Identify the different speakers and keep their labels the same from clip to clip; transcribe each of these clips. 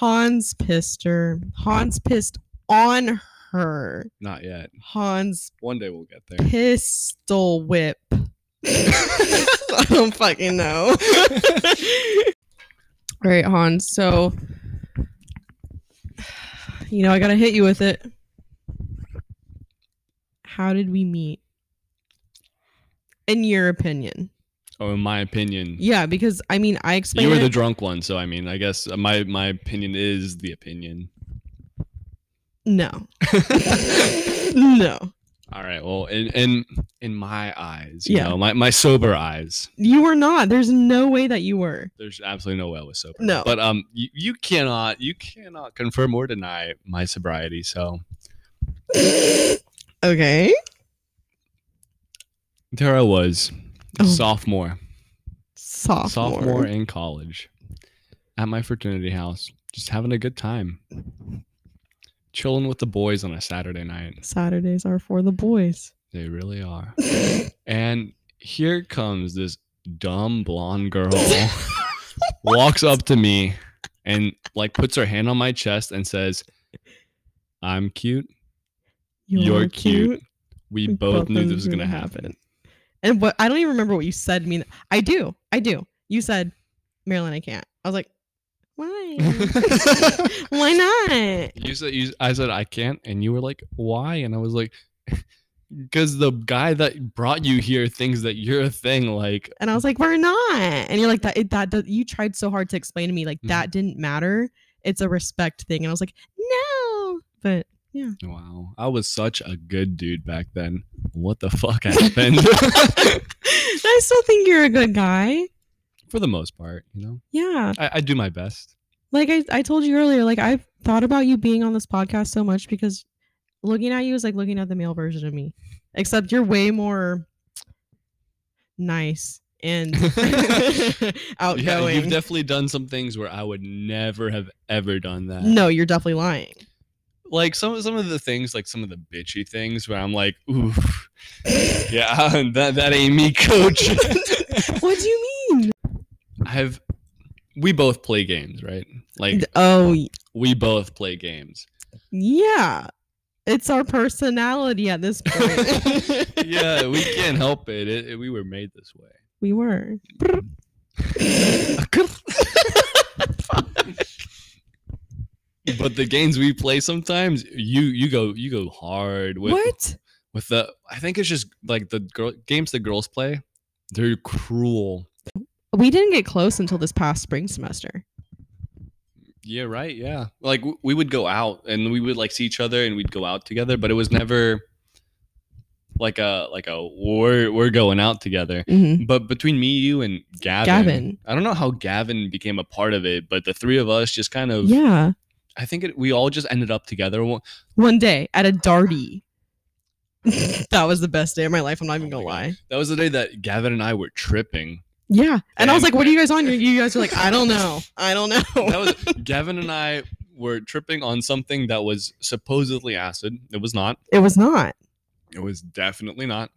Speaker 1: Hans pissed her. Hans pissed on her.
Speaker 2: Not yet.
Speaker 1: Hans
Speaker 2: One day we'll get there.
Speaker 1: pistol whip. I don't fucking know. All right, Hans. So, you know, I gotta hit you with it. How did we meet? In your opinion,
Speaker 2: Oh, in my opinion,
Speaker 1: yeah, because I mean, I explained.
Speaker 2: you were
Speaker 1: it-
Speaker 2: the drunk one, so I mean, I guess uh, my my opinion is the opinion.
Speaker 1: no, no.
Speaker 2: All right. Well, in in in my eyes, you
Speaker 1: Yeah.
Speaker 2: know, my my sober eyes,
Speaker 1: You were not. There's no way that you were.
Speaker 2: there's absolutely no way I was sober.
Speaker 1: No.
Speaker 2: But um, you, you cannot you cannot confirm or deny my sobriety. So
Speaker 1: okay.
Speaker 2: there I was,
Speaker 1: Oh.
Speaker 2: sophomore,
Speaker 1: Sophomore.
Speaker 2: sophomore in college, at my fraternity house, just having a good time, chilling with the boys on a Saturday night.
Speaker 1: Saturdays are for the boys.
Speaker 2: They really are. and here comes this dumb blonde girl walks up to me and like puts her hand on my chest and says, "I'm cute. You're, cute. We,
Speaker 1: We
Speaker 2: both, knew
Speaker 1: knew
Speaker 2: this was going to happen."
Speaker 1: And what I don't even remember what you said. Mean I do. I do. You said, Marilyn, I can't. I was like, why? why not?
Speaker 2: You said you, I said I can't and you were like, "Why?" And I was like, "Cuz the guy that brought you here thinks that you're a thing like
Speaker 1: And I was like, we're not. And you're like that. It, that does, you tried so hard to explain to me like
Speaker 2: Mhm.
Speaker 1: that didn't matter. It's a respect thing. And I was like, no. But
Speaker 2: wow, I was such a good dude back then. What the fuck happened?"
Speaker 1: I still think you're a good guy.
Speaker 2: For the most part, you know.
Speaker 1: Yeah.
Speaker 2: I, I do my best.
Speaker 1: Like I, I told you earlier, like I've thought about you being on this podcast so much because looking at you is like looking at the male version of me. Except you're way more nice and outgoing.
Speaker 2: Yeah, you've definitely done some things where I would never have ever done that.
Speaker 1: no, you're definitely lying.
Speaker 2: Like some some of the things, like some of the bitchy things where I'm like, oof. yeah, that that ain't me, coach.
Speaker 1: What do you mean?
Speaker 2: I've we both play games, right? Like
Speaker 1: D- Oh y-
Speaker 2: we both play games.
Speaker 1: yeah. It's our personality at this point.
Speaker 2: Yeah, we can't help it. It, it- We were made this way.
Speaker 1: we were.
Speaker 2: but the games we play sometimes you you go you go hard with
Speaker 1: what?
Speaker 2: with the I think it's just like the girl games the girls play, they're cruel.
Speaker 1: We didn't get close until this past spring semester.
Speaker 2: Yeah, right. Yeah. Like w- we would go out and we would like see each other and we'd go out together, but it was never like a like a we're we're going out together.
Speaker 1: Mm-hmm.
Speaker 2: But between me, you and Gavin,
Speaker 1: Gavin.
Speaker 2: I don't know how Gavin became a part of it, but the three of us just kind of
Speaker 1: Yeah.
Speaker 2: I think it, we all just ended up together. One-
Speaker 1: One day at a darty. that was the best day of my life. I'm not even
Speaker 2: Oh my
Speaker 1: gonna
Speaker 2: God.
Speaker 1: lie.
Speaker 2: That was the day that Gavin and I were tripping.
Speaker 1: Yeah. And, I was
Speaker 2: And-
Speaker 1: like, what are you guys on? You- You guys are like, I don't know. I don't know.
Speaker 2: That was Gavin and I were tripping on something that was supposedly acid. It was not.
Speaker 1: it was not.
Speaker 2: It was definitely not.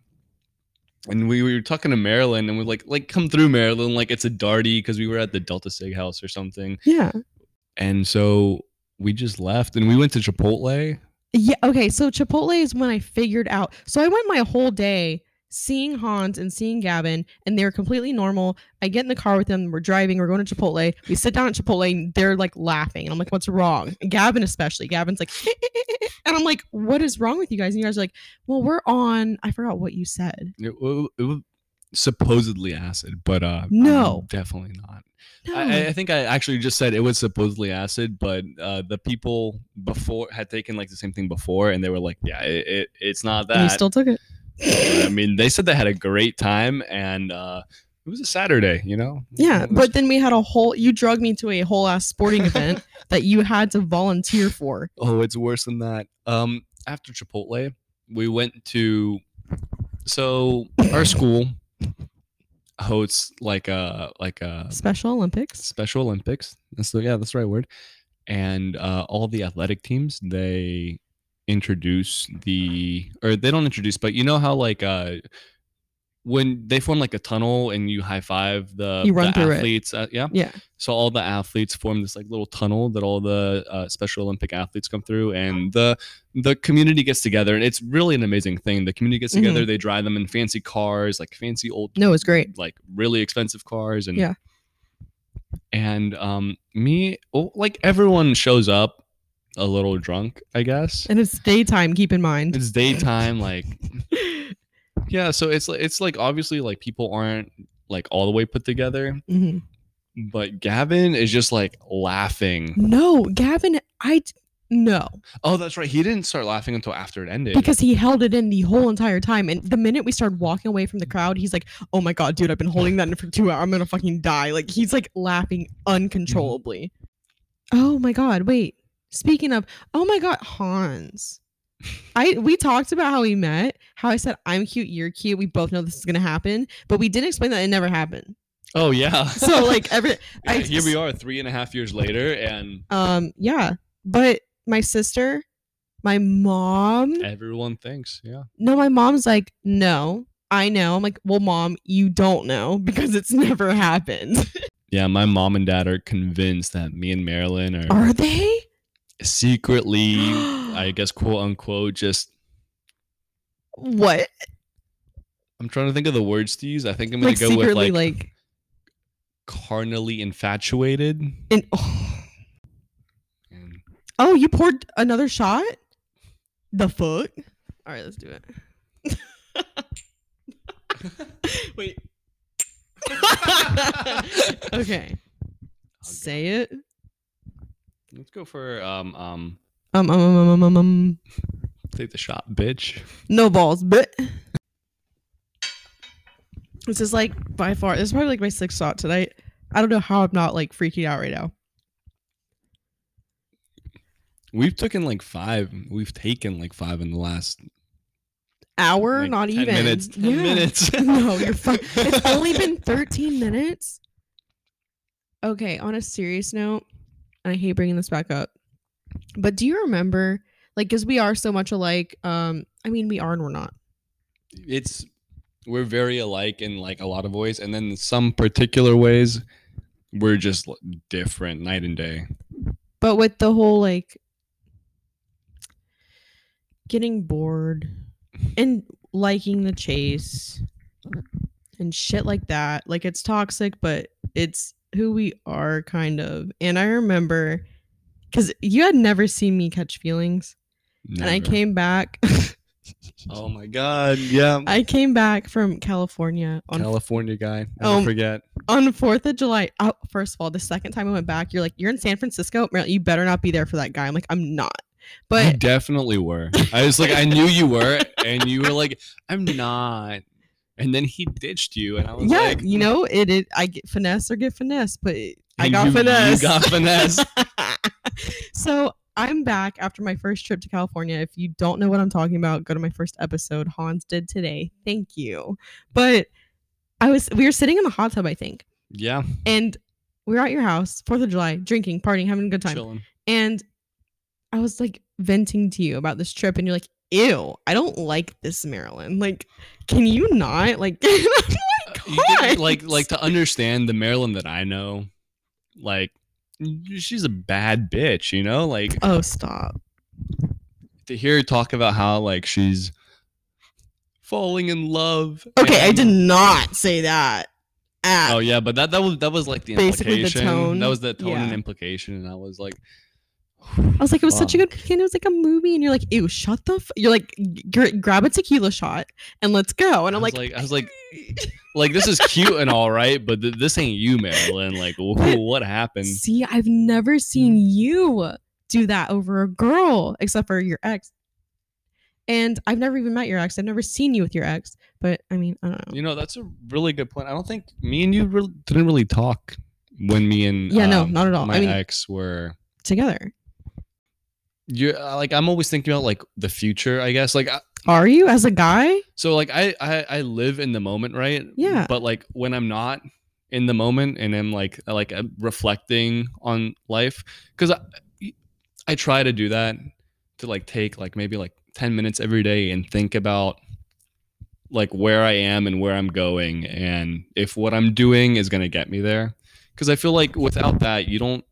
Speaker 2: And we were talking to Maryland, and we're like, like come through Maryland, like it's a darty because we were at the Delta Sig house or something.
Speaker 1: Yeah.
Speaker 2: And so we just left, and we went to Chipotle.
Speaker 1: Yeah. Okay. So Chipotle is when I figured out. So I went my whole day seeing Hans and seeing Gavin, and they're completely normal. I get in the car with them. We're driving. We're going to Chipotle. We sit down at Chipotle. And they're like laughing. And I'm like, what's wrong? And Gavin, especially. Gavin's like, and I'm like, what is wrong with you guys? And you guys are like, well, we're on. I forgot what you said.
Speaker 2: It, wa- it was supposedly acid, but uh,
Speaker 1: No.
Speaker 2: definitely not.
Speaker 1: No.
Speaker 2: I, I- I think I actually just said it was supposedly acid, but uh, the people before had taken like the same thing before, and they were like, yeah, it, it, it's not
Speaker 1: and you
Speaker 2: that.
Speaker 1: still took it.
Speaker 2: I mean, they said they had a great time, and uh, it was a Saturday, you know.
Speaker 1: Yeah,
Speaker 2: It was-
Speaker 1: but then we had a whole. You drug me to a whole ass sporting event that you had to volunteer for.
Speaker 2: oh, it's worse than that. Um, after Chipotle, we went to so our school hosts like a like a
Speaker 1: Special Olympics.
Speaker 2: Special Olympics. That's the yeah, that's the right word. And uh, all the athletic teams they introduce the or they don't introduce, but you know how like uh when they form like a tunnel and you high five the,
Speaker 1: You run
Speaker 2: the
Speaker 1: through it.
Speaker 2: athletes, uh, yeah,
Speaker 1: Yeah.
Speaker 2: So all the athletes form this like little tunnel that all the uh, Special Olympic athletes come through, and the the community gets together, and it's really an amazing thing. The community gets together. They drive them in fancy cars, like fancy old
Speaker 1: No, it's great.
Speaker 2: like really expensive cars and
Speaker 1: Yeah.
Speaker 2: and um me oh, like everyone shows up a little drunk i guess
Speaker 1: And it's daytime, keep in mind.
Speaker 2: it's daytime like yeah so it's like it's like obviously like people aren't like all the way put together
Speaker 1: Mhm.
Speaker 2: but gavin is just like laughing
Speaker 1: No, Gavin, I d- no.
Speaker 2: oh that's right he didn't start laughing until after it ended
Speaker 1: Because he held it in the whole entire time. And the minute we started walking away from the crowd, he's like, Oh my god, dude, I've been holding that in for two hours. I'm gonna fucking die. Like he's like laughing uncontrollably.
Speaker 2: Mm-hmm.
Speaker 1: Oh my god, wait. Speaking of, oh my god, Hans. I we talked about how we met, how I said I'm cute, you're cute. We both know this is gonna happen, but we didn't explain that it never happened.
Speaker 2: oh yeah
Speaker 1: So like every I-
Speaker 2: here we are three and a half years later and
Speaker 1: um yeah. But my sister, my mom,
Speaker 2: everyone thinks yeah
Speaker 1: no, my mom's like, no, I know. I'm like, well, mom, you don't know because it's never happened.
Speaker 2: yeah my mom and dad are convinced that me and marilyn are
Speaker 1: Are they?
Speaker 2: secretly, I guess, quote unquote, just
Speaker 1: what?
Speaker 2: I'm trying to think of the words to use. I think I'm gonna
Speaker 1: Like
Speaker 2: go with
Speaker 1: secretly,
Speaker 2: like,
Speaker 1: like,
Speaker 2: carnally infatuated.
Speaker 1: in, oh,
Speaker 2: And
Speaker 1: oh, you poured another shot? The fuck? All right, let's do it. Wait. okay. Say it.
Speaker 2: let's go for um um
Speaker 1: Um, um, um, um, um, um, um.
Speaker 2: take the shot, bitch.
Speaker 1: No balls, but this is like by far this is probably like my sixth shot tonight. I don't know how I'm not like freaking out right now.
Speaker 2: We've taken like five. We've taken like five in the last
Speaker 1: Hour,
Speaker 2: like,
Speaker 1: not
Speaker 2: 10
Speaker 1: even
Speaker 2: minutes. Ten
Speaker 1: Yeah.
Speaker 2: minutes.
Speaker 1: no, you're fine. It's only been 13 minutes. Okay, on a serious note, and I hate bringing this back up, but do you remember, like, because we are so much alike? Um, I mean, we are and we're not.
Speaker 2: It's we're very alike in like a lot of ways, and then in some particular ways, we're just like, different night and day.
Speaker 1: But with the whole like getting bored and liking the chase and shit like that, like it's toxic, but it's who we are kind of. And I remember because you had never seen me catch feelings, and I
Speaker 2: Never.
Speaker 1: came back.
Speaker 2: Oh my god! Yeah,
Speaker 1: I came back from California on
Speaker 2: California guy. Never
Speaker 1: Um,
Speaker 2: forget.
Speaker 1: on Fourth of July. Oh, first of all, the second time I went back, you're like, you're in San Francisco, Marilyn, You better not be there for that guy. I'm like, I'm not.
Speaker 2: you
Speaker 1: But
Speaker 2: definitely were. I was like, I knew you were, and you were like, I'm not. And then he ditched you, and I was
Speaker 1: yeah,
Speaker 2: like,
Speaker 1: you know, it, it. I get finesse or get finesse, but it- I
Speaker 2: and
Speaker 1: got
Speaker 2: you,
Speaker 1: finesse.
Speaker 2: You got finesse.
Speaker 1: so I'm back after my first trip to California. If you don't know what I'm talking about, go to my first episode. Hans did today. Thank you. But I was we were sitting in the hot tub, I think,
Speaker 2: yeah,
Speaker 1: and we were at your house, Fourth of July, drinking, partying, having a good time.
Speaker 2: chilling.
Speaker 1: And I was like venting to you about this trip, and you're like, ew, I don't like this, Marilyn. Like, can you not? Like,
Speaker 2: You
Speaker 1: God.
Speaker 2: get- like, like to understand the Marilyn that I know, like she's a bad bitch. You know, like
Speaker 1: oh, stop.
Speaker 2: to hear her talk about how like she's falling in love.
Speaker 1: Okay, I
Speaker 2: and-
Speaker 1: did not say that. At
Speaker 2: Oh yeah, but that that was that was like the
Speaker 1: Basically the
Speaker 2: implication.
Speaker 1: tone,
Speaker 2: That was the tone and
Speaker 1: yeah.
Speaker 2: implication, and I was like,
Speaker 1: I was like, it was such a
Speaker 2: Fuck.
Speaker 1: good weekend. It was like a movie, and you're like, ew, shut the. F-. You're like, g- grab a tequila shot and let's go. And
Speaker 2: I
Speaker 1: I'm like,
Speaker 2: was like- I was like, like this is cute and all right, but th- this ain't you, Marilyn. Like, wh- what happened?
Speaker 1: see, I've never
Speaker 2: Hmm.
Speaker 1: seen you do that over a girl, except for your ex. And I've never even met your ex. I've never seen you with your ex. But I mean, I don't know.
Speaker 2: You know, that's a really good point. I don't think me and you really didn't really talk when me and
Speaker 1: Yeah, no,
Speaker 2: um,
Speaker 1: not at all.
Speaker 2: My
Speaker 1: I mean,
Speaker 2: ex were.
Speaker 1: together.
Speaker 2: You're uh, like I'm always thinking about like the future, I guess. Like I,
Speaker 1: Are you as a guy?
Speaker 2: so, like I, I I live in the moment, right?
Speaker 1: Yeah.
Speaker 2: But like when I'm not in the moment and I'm like uh, like I'm reflecting on life, because I I try to do that to like take like maybe like ten minutes every day and think about like where I am and where I'm going and if what I'm doing is going to get me there. Cuz I feel like without that you don't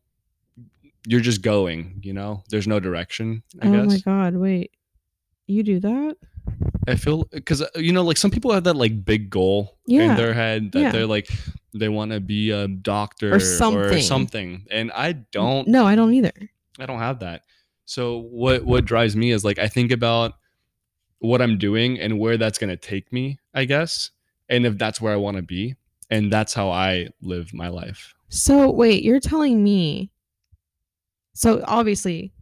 Speaker 2: you're just going, you know? There's no direction, I
Speaker 1: oh
Speaker 2: guess.
Speaker 1: my god, wait. You do that?
Speaker 2: I feel cuz you know like some people have that like big goal
Speaker 1: Yeah.
Speaker 2: in their head that
Speaker 1: Yeah.
Speaker 2: they're like they want to be a doctor
Speaker 1: something.
Speaker 2: something. And I don't
Speaker 1: No, I don't either.
Speaker 2: I don't have that. So what what drives me is like I think about what I'm doing and where that's going to take me, I guess, and if that's where I want to be, and that's how I live my life.
Speaker 1: So wait, you're telling me. So obviously,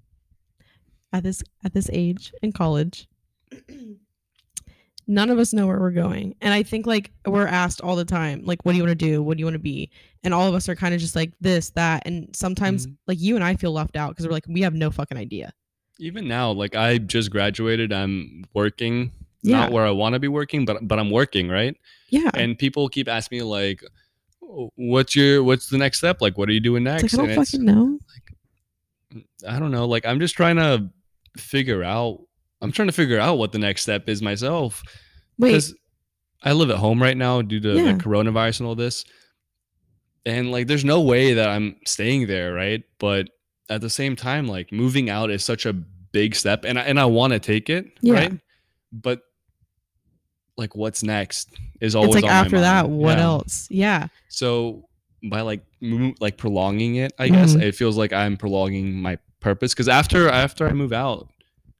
Speaker 1: at this at this age in college, none of us know where we're going, and I think like we're asked all the time, like, "What do you want to do? What do you want to be?" And all of us are kind of just like this, that, and sometimes
Speaker 2: Mhm.
Speaker 1: like you and I feel left out because we're like we have no fucking idea.
Speaker 2: Even now, like I just graduated, I'm working,
Speaker 1: Yeah.
Speaker 2: not where I want to be working, but but I'm working, right?
Speaker 1: Yeah,
Speaker 2: And people keep asking me like what's your what's the next step? Like what are you doing next?
Speaker 1: it's like I
Speaker 2: and
Speaker 1: don't fucking know.
Speaker 2: I don't know. Like I'm just trying to figure out I'm trying to figure out what the next step is myself.
Speaker 1: Wait,
Speaker 2: Because I live at home right now due to
Speaker 1: Yeah.
Speaker 2: the coronavirus and all this. And like there's no way that I'm staying there, right? But at the same time, like moving out is such a big step and I and I want to take it,
Speaker 1: Yeah.
Speaker 2: right? But like what's next is always
Speaker 1: it's like
Speaker 2: on my
Speaker 1: after that,
Speaker 2: mind.
Speaker 1: what
Speaker 2: Yeah.
Speaker 1: else? Yeah,
Speaker 2: So by like mo- like prolonging it, I guess
Speaker 1: Mhm.
Speaker 2: it feels like I'm prolonging my purpose because after after I move out,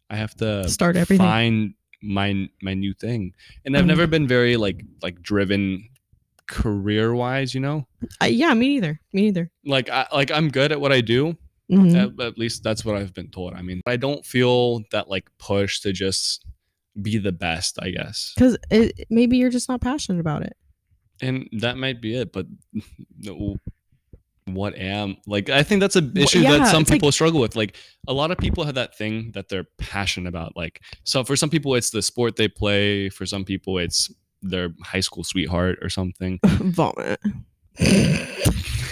Speaker 2: I have to
Speaker 1: Start everything.
Speaker 2: find my my new thing, and I've
Speaker 1: Mhm.
Speaker 2: never been very like like driven career wise, you know.
Speaker 1: I, yeah, me neither. Me neither.
Speaker 2: Like I like I'm good at what I do.
Speaker 1: Mhm.
Speaker 2: At, at least that's what I've been told. I mean, I don't feel that like push to just be the best. I guess.
Speaker 1: Because it, maybe you're just not passionate about it.
Speaker 2: and that might be it but no, what am like i think that's a
Speaker 1: Wh-
Speaker 2: issue
Speaker 1: yeah,
Speaker 2: that some
Speaker 1: it's like-
Speaker 2: people struggle with like a lot of people have that thing that they're passionate about like so for some people it's the sport they play for some people it's their high school sweetheart or something
Speaker 1: Vomit.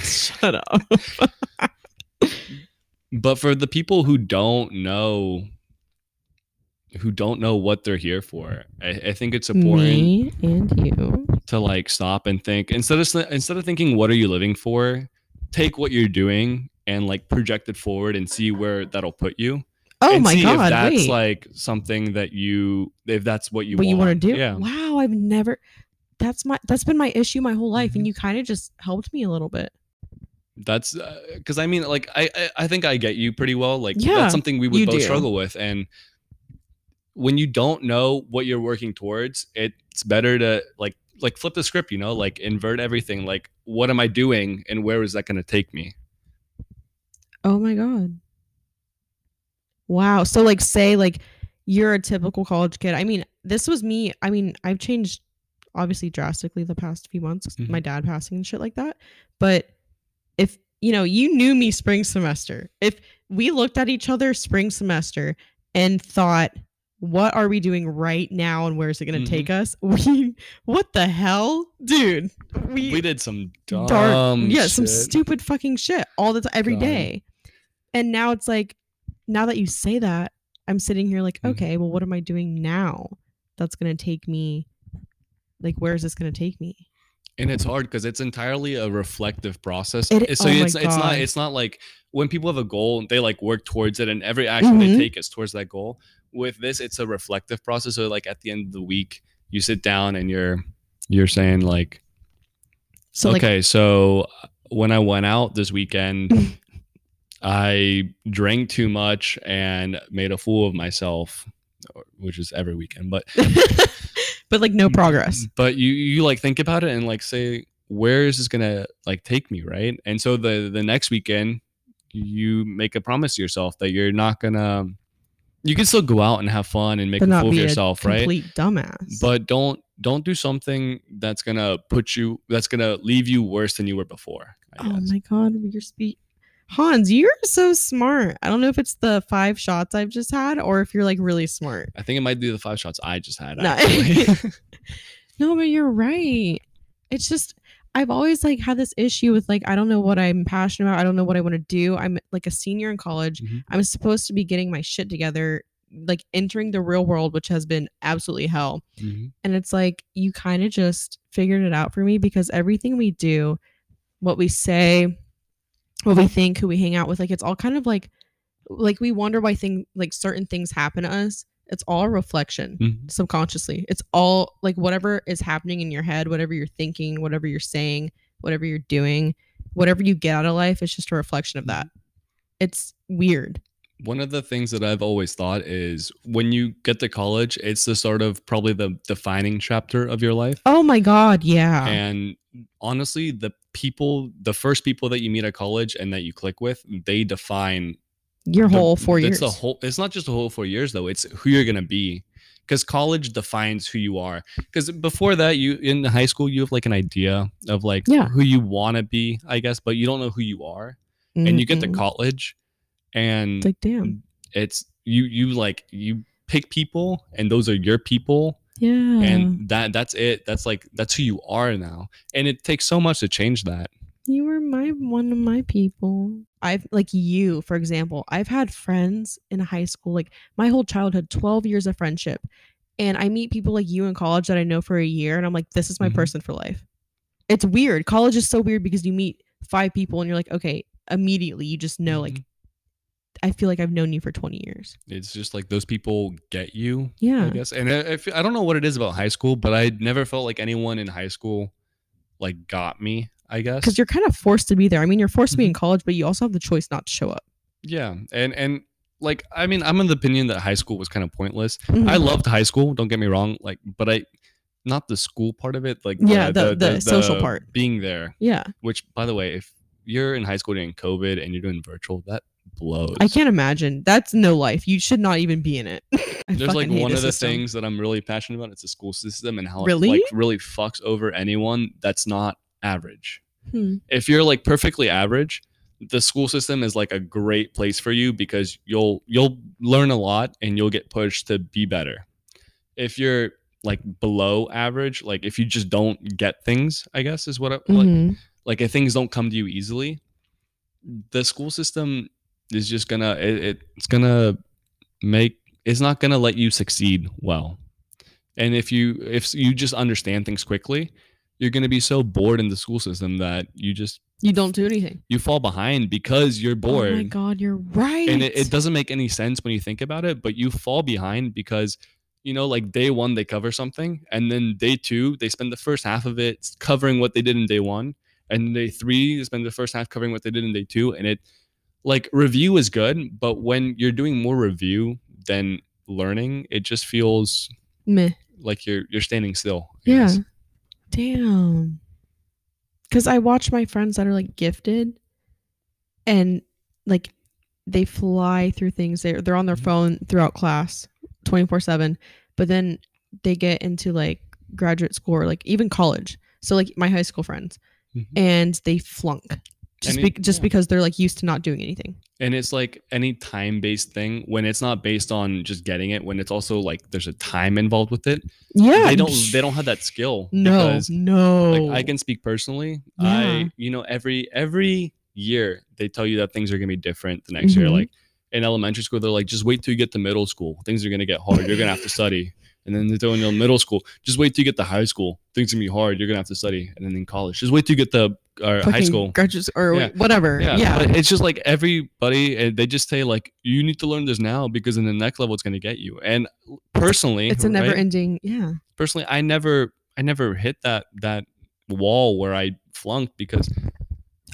Speaker 1: Shut up.
Speaker 2: but for the people who don't know who don't know what they're here for i, I think it's important
Speaker 1: Me and you.
Speaker 2: to like stop and think instead of s- instead of thinking what are you living for take what you're doing and like project it forward and see where that'll put you
Speaker 1: Oh
Speaker 2: and
Speaker 1: my
Speaker 2: see if
Speaker 1: god!
Speaker 2: that's
Speaker 1: wait,
Speaker 2: like something that you if that's what you
Speaker 1: what
Speaker 2: want
Speaker 1: you want to do?
Speaker 2: yeah
Speaker 1: Wow, I've never. That's my. That's been my issue my whole life, and
Speaker 2: Mhm.
Speaker 1: you kind of just helped me a little bit.
Speaker 2: that's because i mean like I, I i think i get you pretty well like
Speaker 1: Yeah,
Speaker 2: that's something we would
Speaker 1: you
Speaker 2: both
Speaker 1: do.
Speaker 2: struggle with and when you don't know what you're working towards it's better to like like flip the script you know like invert everything like what am i doing and where is that going to take me
Speaker 1: Oh my god. Wow. So like, say like you're a typical college kid. I mean, this was me. I mean, I've changed obviously drastically the past few months. 'cause
Speaker 2: Mhm.
Speaker 1: My dad passing and shit like that. But if you know, you knew me spring semester. If we looked at each other spring semester and thought, what are we doing right now and where is it going to
Speaker 2: Mhm.
Speaker 1: take us? We, what the hell? Dude, we,
Speaker 2: we did some dumb
Speaker 1: dark, yeah, some
Speaker 2: shit.
Speaker 1: stupid fucking shit all the time, every
Speaker 2: God.
Speaker 1: day. And now it's like, now that you say that, I'm sitting here like,
Speaker 2: Mhm.
Speaker 1: okay, well, what am I doing now? That's gonna take me. Like, where is this gonna take me?
Speaker 2: and it's hard because it's entirely a reflective process
Speaker 1: It-
Speaker 2: so
Speaker 1: oh my
Speaker 2: it's, it's not
Speaker 1: God.
Speaker 2: it's not like when people have a goal they like work towards it and every action
Speaker 1: Mhm.
Speaker 2: they take is towards that goal with this it's a reflective process so like at the end of the week you sit down and you're you're saying like
Speaker 1: So like,
Speaker 2: okay so uh, when i went out this weekend i drank too much and made a fool of myself which is every weekend but
Speaker 1: but like no progress.
Speaker 2: but you you like think about it and like say where is this gonna like take me right and so the the next weekend you make a promise to yourself that you're not gonna you can still go out and have fun and make
Speaker 1: But
Speaker 2: a
Speaker 1: not
Speaker 2: fool of
Speaker 1: be
Speaker 2: yourself
Speaker 1: a
Speaker 2: right
Speaker 1: complete dumbass.
Speaker 2: but don't don't do something that's gonna put you that's gonna leave you worse than you were before I
Speaker 1: oh
Speaker 2: guess.
Speaker 1: my god, you're speak. Hans, you're so smart. I don't know if it's the five shots I've just had or if you're like really smart.
Speaker 2: i think it might be the five shots i just had
Speaker 1: No.
Speaker 2: actually.
Speaker 1: No, but you're right. It's just I've always like had this issue with like I don't know what I'm passionate about. I don't know what I want to do. I'm like a senior in college.
Speaker 2: Mhm.
Speaker 1: I'm supposed to be getting my shit together like entering the real world, which has been absolutely hell.
Speaker 2: Mm-hmm.
Speaker 1: And it's like you kind of just figured it out for me because everything we do, what we say, what we think, who we hang out with, like it's all kind of like like we wonder why thing like certain things happen to us. It's all a reflection
Speaker 2: Mhm.
Speaker 1: subconsciously. It's all like whatever is happening in your head, whatever you're thinking, whatever you're saying, whatever you're doing, whatever you get out of life, it's just a reflection of that. It's weird.
Speaker 2: One of the things that I've always thought is when you get to college, it's the sort of probably the defining chapter of your life.
Speaker 1: Oh my God. Yeah.
Speaker 2: And honestly, the people, the first people that you meet at college and that you click with, they define
Speaker 1: Your
Speaker 2: the-
Speaker 1: whole four years.
Speaker 2: It's a whole. It's not just a whole four years though. It's who you're gonna be, because college defines who you are. Because before that, you in high school, you have like an idea of like
Speaker 1: Yeah.
Speaker 2: who you want to be, I guess, but you don't know who you are. And you get to
Speaker 1: Mhm.
Speaker 2: college, and
Speaker 1: It's like, damn.
Speaker 2: it's you you like you pick people, and those are your people,
Speaker 1: Yeah. Mm-hmm.
Speaker 2: and that that's it. That's like that's who you are now, and it takes so much to change that.
Speaker 1: You were my one of my people. I've like you, for example. I've had friends in high school, like my whole childhood, 12 years of friendship. And I meet people like you in college that I know for a year, and I'm like, this is my
Speaker 2: Mhm.
Speaker 1: person for life. It's weird. College is so weird because you meet five people and you're like, okay, immediately you just know, like,
Speaker 2: Mhm. Mm-hmm.
Speaker 1: I feel like I've known you for 20 years.
Speaker 2: It's just like those people get you. I
Speaker 1: Yeah.
Speaker 2: guess. And I, I, feel, I don't know what it is about high school, but I never felt like anyone in high school like got me. I guess.
Speaker 1: Because you're kind of forced to be there. I mean, you're forced to be
Speaker 2: Mhm.
Speaker 1: in college, but you also have the choice not to show up.
Speaker 2: yeah, and and like I mean, I'm of the opinion that high school was kind of pointless. I
Speaker 1: Mhm.
Speaker 2: loved high school. Don't get me wrong. Like, but I not the school part of it. Like
Speaker 1: Yeah, the- the social part.
Speaker 2: being there.
Speaker 1: yeah.
Speaker 2: Which, by the way, if you're in high school during COVID and you're doing virtual, that blows.
Speaker 1: I can't imagine. That's no life. You should not even be in it. I
Speaker 2: There's like
Speaker 1: fucking hate
Speaker 2: one
Speaker 1: this
Speaker 2: of the
Speaker 1: system.
Speaker 2: things that I'm really passionate about. It's the school system and how
Speaker 1: Really?
Speaker 2: it like really fucks over anyone that's not average.
Speaker 1: Hmm.
Speaker 2: if you're like perfectly average the school system is like a great place for you because you'll you'll learn a lot and you'll get pushed to be better if you're like below average like if you just don't get things i guess is what I, like
Speaker 1: Mhm.
Speaker 2: like if things don't come to you easily the school system is just gonna it, it- it's gonna make it's not gonna let you succeed well and if you if you just understand things quickly you're gonna be so bored in the school system that you just
Speaker 1: You don't do anything.
Speaker 2: you fall behind because you're bored
Speaker 1: Oh my god, you're right.
Speaker 2: and it, it doesn't make any sense when you think about it but you fall behind because you know like day one they cover something and then day two they spend the first half of it s- covering what they did in day one and day three they spend the first half covering what they did in day two and it like review is good but when you're doing more review than learning it just feels
Speaker 1: Meh.
Speaker 2: like you're you're standing still I
Speaker 1: Yeah.
Speaker 2: guess.
Speaker 1: Damn. Cause I watch my friends that are like gifted and like they fly through things. They're they're on their
Speaker 2: Mhm.
Speaker 1: phone throughout class twenty four seven. But then they get into like graduate school or like even college. So like my high school friends
Speaker 2: Mhm.
Speaker 1: and they flunk. Just
Speaker 2: And it-
Speaker 1: be- just
Speaker 2: yeah.
Speaker 1: because they're like used to not doing anything.
Speaker 2: And it's like any time based thing when it's not based on just getting it, when it's also like there's a time involved with it.
Speaker 1: Yeah.
Speaker 2: They don't they don't have that skill.
Speaker 1: No,
Speaker 2: because,
Speaker 1: no.
Speaker 2: Like I can speak personally.
Speaker 1: Yeah.
Speaker 2: I you know, every every year they tell you that things are gonna be different the next year.
Speaker 1: Mhm.
Speaker 2: Like in elementary school, they're like, just wait till you get to middle school. Things are gonna get hard. You're gonna have to study. And then they're telling you in middle school, just wait till you get to high school. Things are gonna be hard. You're gonna have to study. And then in college, just wait till you get to uh, high
Speaker 1: Fucking
Speaker 2: school.
Speaker 1: graduates or
Speaker 2: Yeah.
Speaker 1: whatever. Yeah.
Speaker 2: But it's just like everybody, and they just say like, you need to learn this now because in the next level, it's going to get you. And personally,
Speaker 1: It's a never
Speaker 2: right,
Speaker 1: ending. Yeah.
Speaker 2: personally, I never, I never hit that, that wall where I flunked because,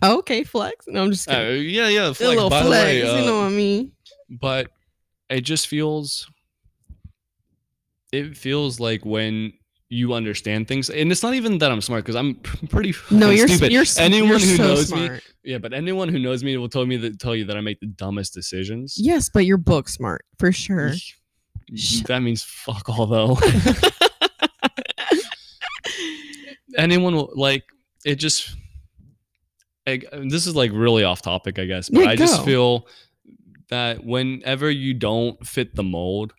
Speaker 1: Oh, Okay, flex. No, I'm just
Speaker 2: uh,
Speaker 1: kidding.
Speaker 2: yeah, yeah.
Speaker 1: a
Speaker 2: Flex,
Speaker 1: little
Speaker 2: by
Speaker 1: flex.
Speaker 2: the way, uh,
Speaker 1: you know what I mean?
Speaker 2: but it just feels, it feels like when you understand things and it's not even that I'm smart because I'm p- pretty
Speaker 1: No,
Speaker 2: fucking
Speaker 1: you're
Speaker 2: stupid.
Speaker 1: stupid. you're s-
Speaker 2: Anyone
Speaker 1: you're
Speaker 2: who
Speaker 1: so
Speaker 2: knows
Speaker 1: smart.
Speaker 2: me, yeah, but anyone who knows me will tell me that tell you that I make the dumbest decisions.
Speaker 1: Yes, but you're book smart for sure. Shut-
Speaker 2: That means fuck all though. Anyone will- like it just like this is like really off topic, I guess, but
Speaker 1: Yeah,
Speaker 2: I just
Speaker 1: go.
Speaker 2: feel that whenever you don't fit the mold,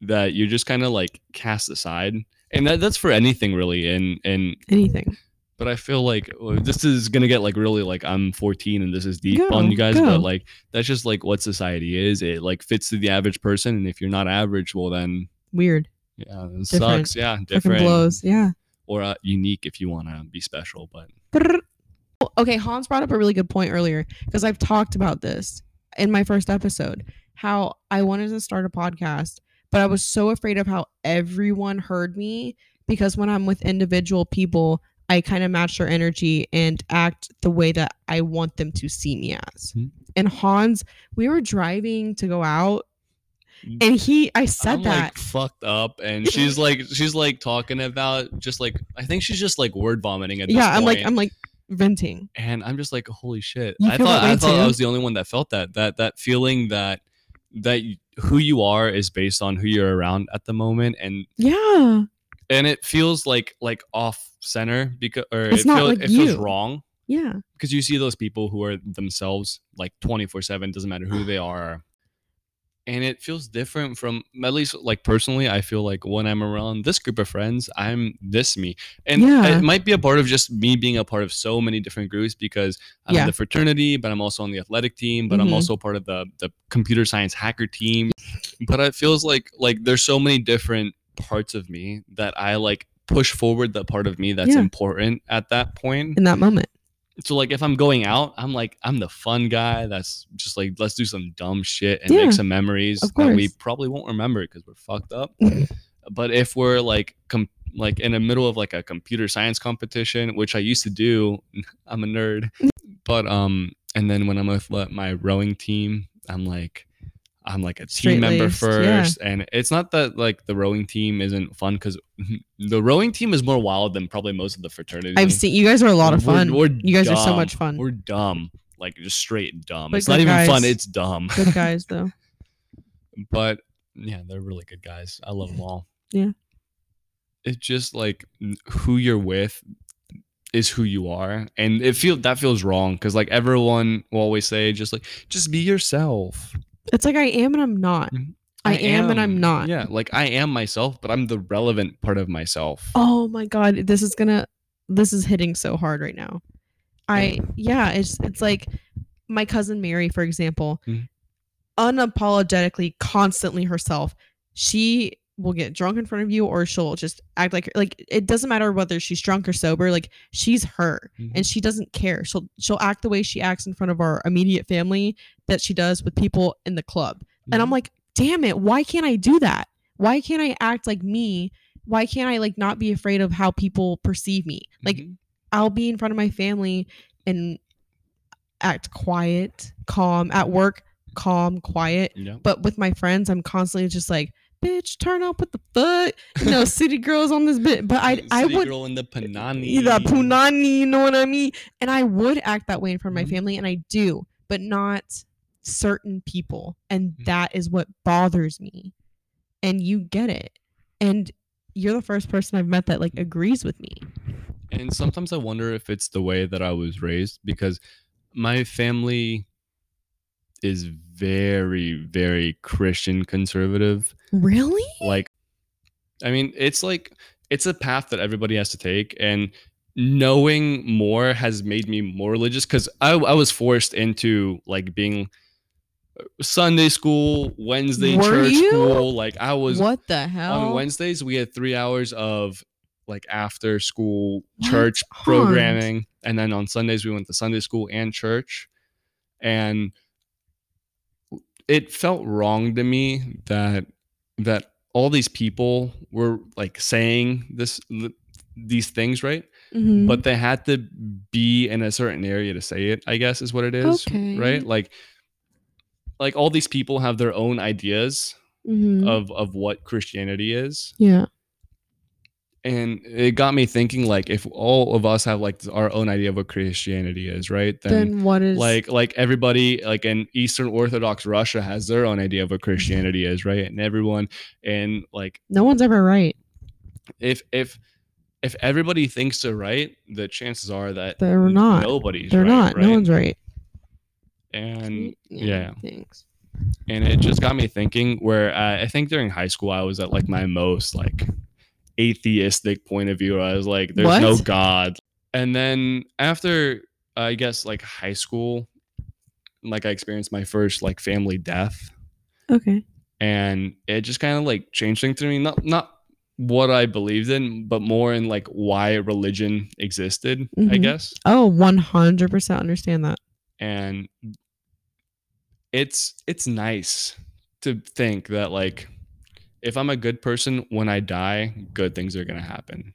Speaker 2: that you're just kind of like cast aside. And that, that's for anything really in in
Speaker 1: Anything.
Speaker 2: but I feel like uh, this is gonna get like really like I'm 14 and this is deep
Speaker 1: Go,
Speaker 2: on you guys,
Speaker 1: go.
Speaker 2: but like that's just like what society is. It like fits to the average person, and if you're not average, well then
Speaker 1: Weird.
Speaker 2: yeah,
Speaker 1: Different.
Speaker 2: it sucks. Yeah,
Speaker 1: Fucking
Speaker 2: different.
Speaker 1: blows. Yeah.
Speaker 2: Or uh, unique if you want to be special, but
Speaker 1: Brrr. Okay, Hans brought up a really good point earlier because I've talked about this in my first episode how I wanted to start a podcast, but I was so afraid of how everyone heard me because when I'm with individual people, I kind of match their energy and act the way that I want them to see me as.
Speaker 2: Mhm.
Speaker 1: And Hans, we were driving to go out and he I said
Speaker 2: Mm. I'm
Speaker 1: that.
Speaker 2: like fucked up, and she's like she's like talking about just like I think she's just like word vomiting at this
Speaker 1: yeah, I'm like
Speaker 2: point.
Speaker 1: I'm like venting.
Speaker 2: and I'm just like, holy shit!
Speaker 1: You
Speaker 2: I
Speaker 1: feel
Speaker 2: thought
Speaker 1: that
Speaker 2: I
Speaker 1: way
Speaker 2: thought I
Speaker 1: too?
Speaker 2: was the only one that felt that that that feeling that that you, who you are is based on who you're around at the moment, and
Speaker 1: Yeah.
Speaker 2: and it feels like like off center because or
Speaker 1: It's
Speaker 2: it,
Speaker 1: not
Speaker 2: feel-
Speaker 1: like
Speaker 2: it feels
Speaker 1: you.
Speaker 2: wrong
Speaker 1: Yeah.
Speaker 2: because you see those people who are themselves like 24 7 doesn't matter who they are and it feels different from at least like personally i feel like when i'm around this group of friends i'm this me and
Speaker 1: Yeah.
Speaker 2: it might be a part of just me being a part of so many different groups because i'm
Speaker 1: Yeah.
Speaker 2: in the fraternity but i'm also on the athletic team but
Speaker 1: Mhm.
Speaker 2: i'm also part of the the computer science hacker team but it feels like like there's so many different parts of me that i like push forward the part of me that's
Speaker 1: Yeah.
Speaker 2: important at that point
Speaker 1: In that moment.
Speaker 2: so like if I'm going out, I'm like I'm the fun guy that's just like let's do some dumb shit and
Speaker 1: Yeah,
Speaker 2: make some memories
Speaker 1: of
Speaker 2: that we
Speaker 1: course.
Speaker 2: probably won't remember because we're fucked up. but if we're like com- like in the middle of like a computer science competition, which I used to do, I'm a nerd. But um and then when I'm with like, my rowing team, I'm like I'm like a team member
Speaker 1: Straight-laced, yeah.
Speaker 2: first, and it's not that like the rowing team isn't fun because the rowing team is more wild than probably most of the fraternity.
Speaker 1: I've seen you guys are a lot of
Speaker 2: We're-
Speaker 1: fun.
Speaker 2: we're
Speaker 1: you guys are so
Speaker 2: dumb.
Speaker 1: much fun.
Speaker 2: We're dumb, like just straight dumb.
Speaker 1: But
Speaker 2: it's not
Speaker 1: good
Speaker 2: even fun.
Speaker 1: guys.
Speaker 2: It's dumb.
Speaker 1: Good guys though.
Speaker 2: But yeah, they're really good guys. I love them all.
Speaker 1: Yeah.
Speaker 2: It's just like n- who you're with is who you are, and it feel that feels wrong because like everyone will always say just like just be yourself.
Speaker 1: It's like I am and I'm not.
Speaker 2: Mhm.
Speaker 1: Mm-hmm. I, am, and I'm not.
Speaker 2: Yeah, like I am myself, but I'm the relevant part of myself.
Speaker 1: Oh my god, this is gonna this is hitting so hard right now. I yeah, it's it's like my cousin Mary, for example,
Speaker 2: Mhm.
Speaker 1: unapologetically constantly herself. She will get drunk in front of you or she'll just act like like it doesn't matter whether she's drunk or sober, like she's her.
Speaker 2: Mhm.
Speaker 1: and she doesn't care. She'll she'll act the way she acts in front of our immediate family that she does with people in the club. And I'm
Speaker 2: Mhm.
Speaker 1: like, damn it, why can't I do that? Why can't I act like me? Why can't I like not be afraid of how people perceive me? Like
Speaker 2: Mhm.
Speaker 1: I'll be in front of my family and act quiet, calm at work, calm, quiet.
Speaker 2: yeah.
Speaker 1: But with my friends, I'm constantly just like, bitch, turn up with the foot. You know, city girls on this bit. But I I
Speaker 2: City
Speaker 1: would
Speaker 2: girl in the
Speaker 1: you
Speaker 2: punani.
Speaker 1: that punani, you know what I mean? And I would act that way in front of
Speaker 2: Mhm.
Speaker 1: my family, and I do, but not certain people. And
Speaker 2: Mhm.
Speaker 1: that is what bothers me. And you get it. And you're the first person I've met that like agrees with me.
Speaker 2: And sometimes I wonder if it's the way that I was raised because my family is very, very Christian conservative.
Speaker 1: Really?
Speaker 2: Like, I mean, it's like, it's a path that everybody has to take. And knowing more has made me more religious because I, I was forced into like being uh, Sunday school, Wednesday
Speaker 1: Were
Speaker 2: church
Speaker 1: you?
Speaker 2: school. Like, I was
Speaker 1: what the hell?
Speaker 2: on Wednesdays, we had three hours of like after school
Speaker 1: What?
Speaker 2: church
Speaker 1: Hans.
Speaker 2: programming. And then on Sundays, we went to Sunday school and church. And it felt wrong to me that, that all these people were like saying this, th- these things, right?
Speaker 1: Mhm.
Speaker 2: But they had to be in a certain area to say it, I guess is what it is.
Speaker 1: okay.
Speaker 2: Right? Like, like all these people have their own ideas
Speaker 1: Mhm.
Speaker 2: of of what Christianity is,
Speaker 1: yeah.
Speaker 2: and it got me thinking like if all of us have like our own idea of what christianity is right then,
Speaker 1: Then what is
Speaker 2: like like everybody like in eastern orthodox russia has their own idea of
Speaker 1: Mm-hmm.
Speaker 2: what christianity is right and everyone and like
Speaker 1: no one's ever right.
Speaker 2: if if if everybody thinks they're right the chances are that
Speaker 1: They're not.
Speaker 2: nobody's
Speaker 1: They're
Speaker 2: right,
Speaker 1: not.
Speaker 2: right?
Speaker 1: No one's right.
Speaker 2: and
Speaker 1: Mm-hmm.
Speaker 2: yeah.
Speaker 1: Thanks.
Speaker 2: and it just got me thinking where uh, i think during high school i was at like my most like atheistic point of view i was like there's no
Speaker 1: What?
Speaker 2: god And then after I guess like high school, like I experienced my first like family death,
Speaker 1: Okay.
Speaker 2: and it just kind of like changed things to me. Not not what I believed in, but more in like why religion existed. I
Speaker 1: Mhm.
Speaker 2: guess.
Speaker 1: Oh, 100% understand that.
Speaker 2: and it's it's nice to think that like if i'm a good person when i die good things are going to happen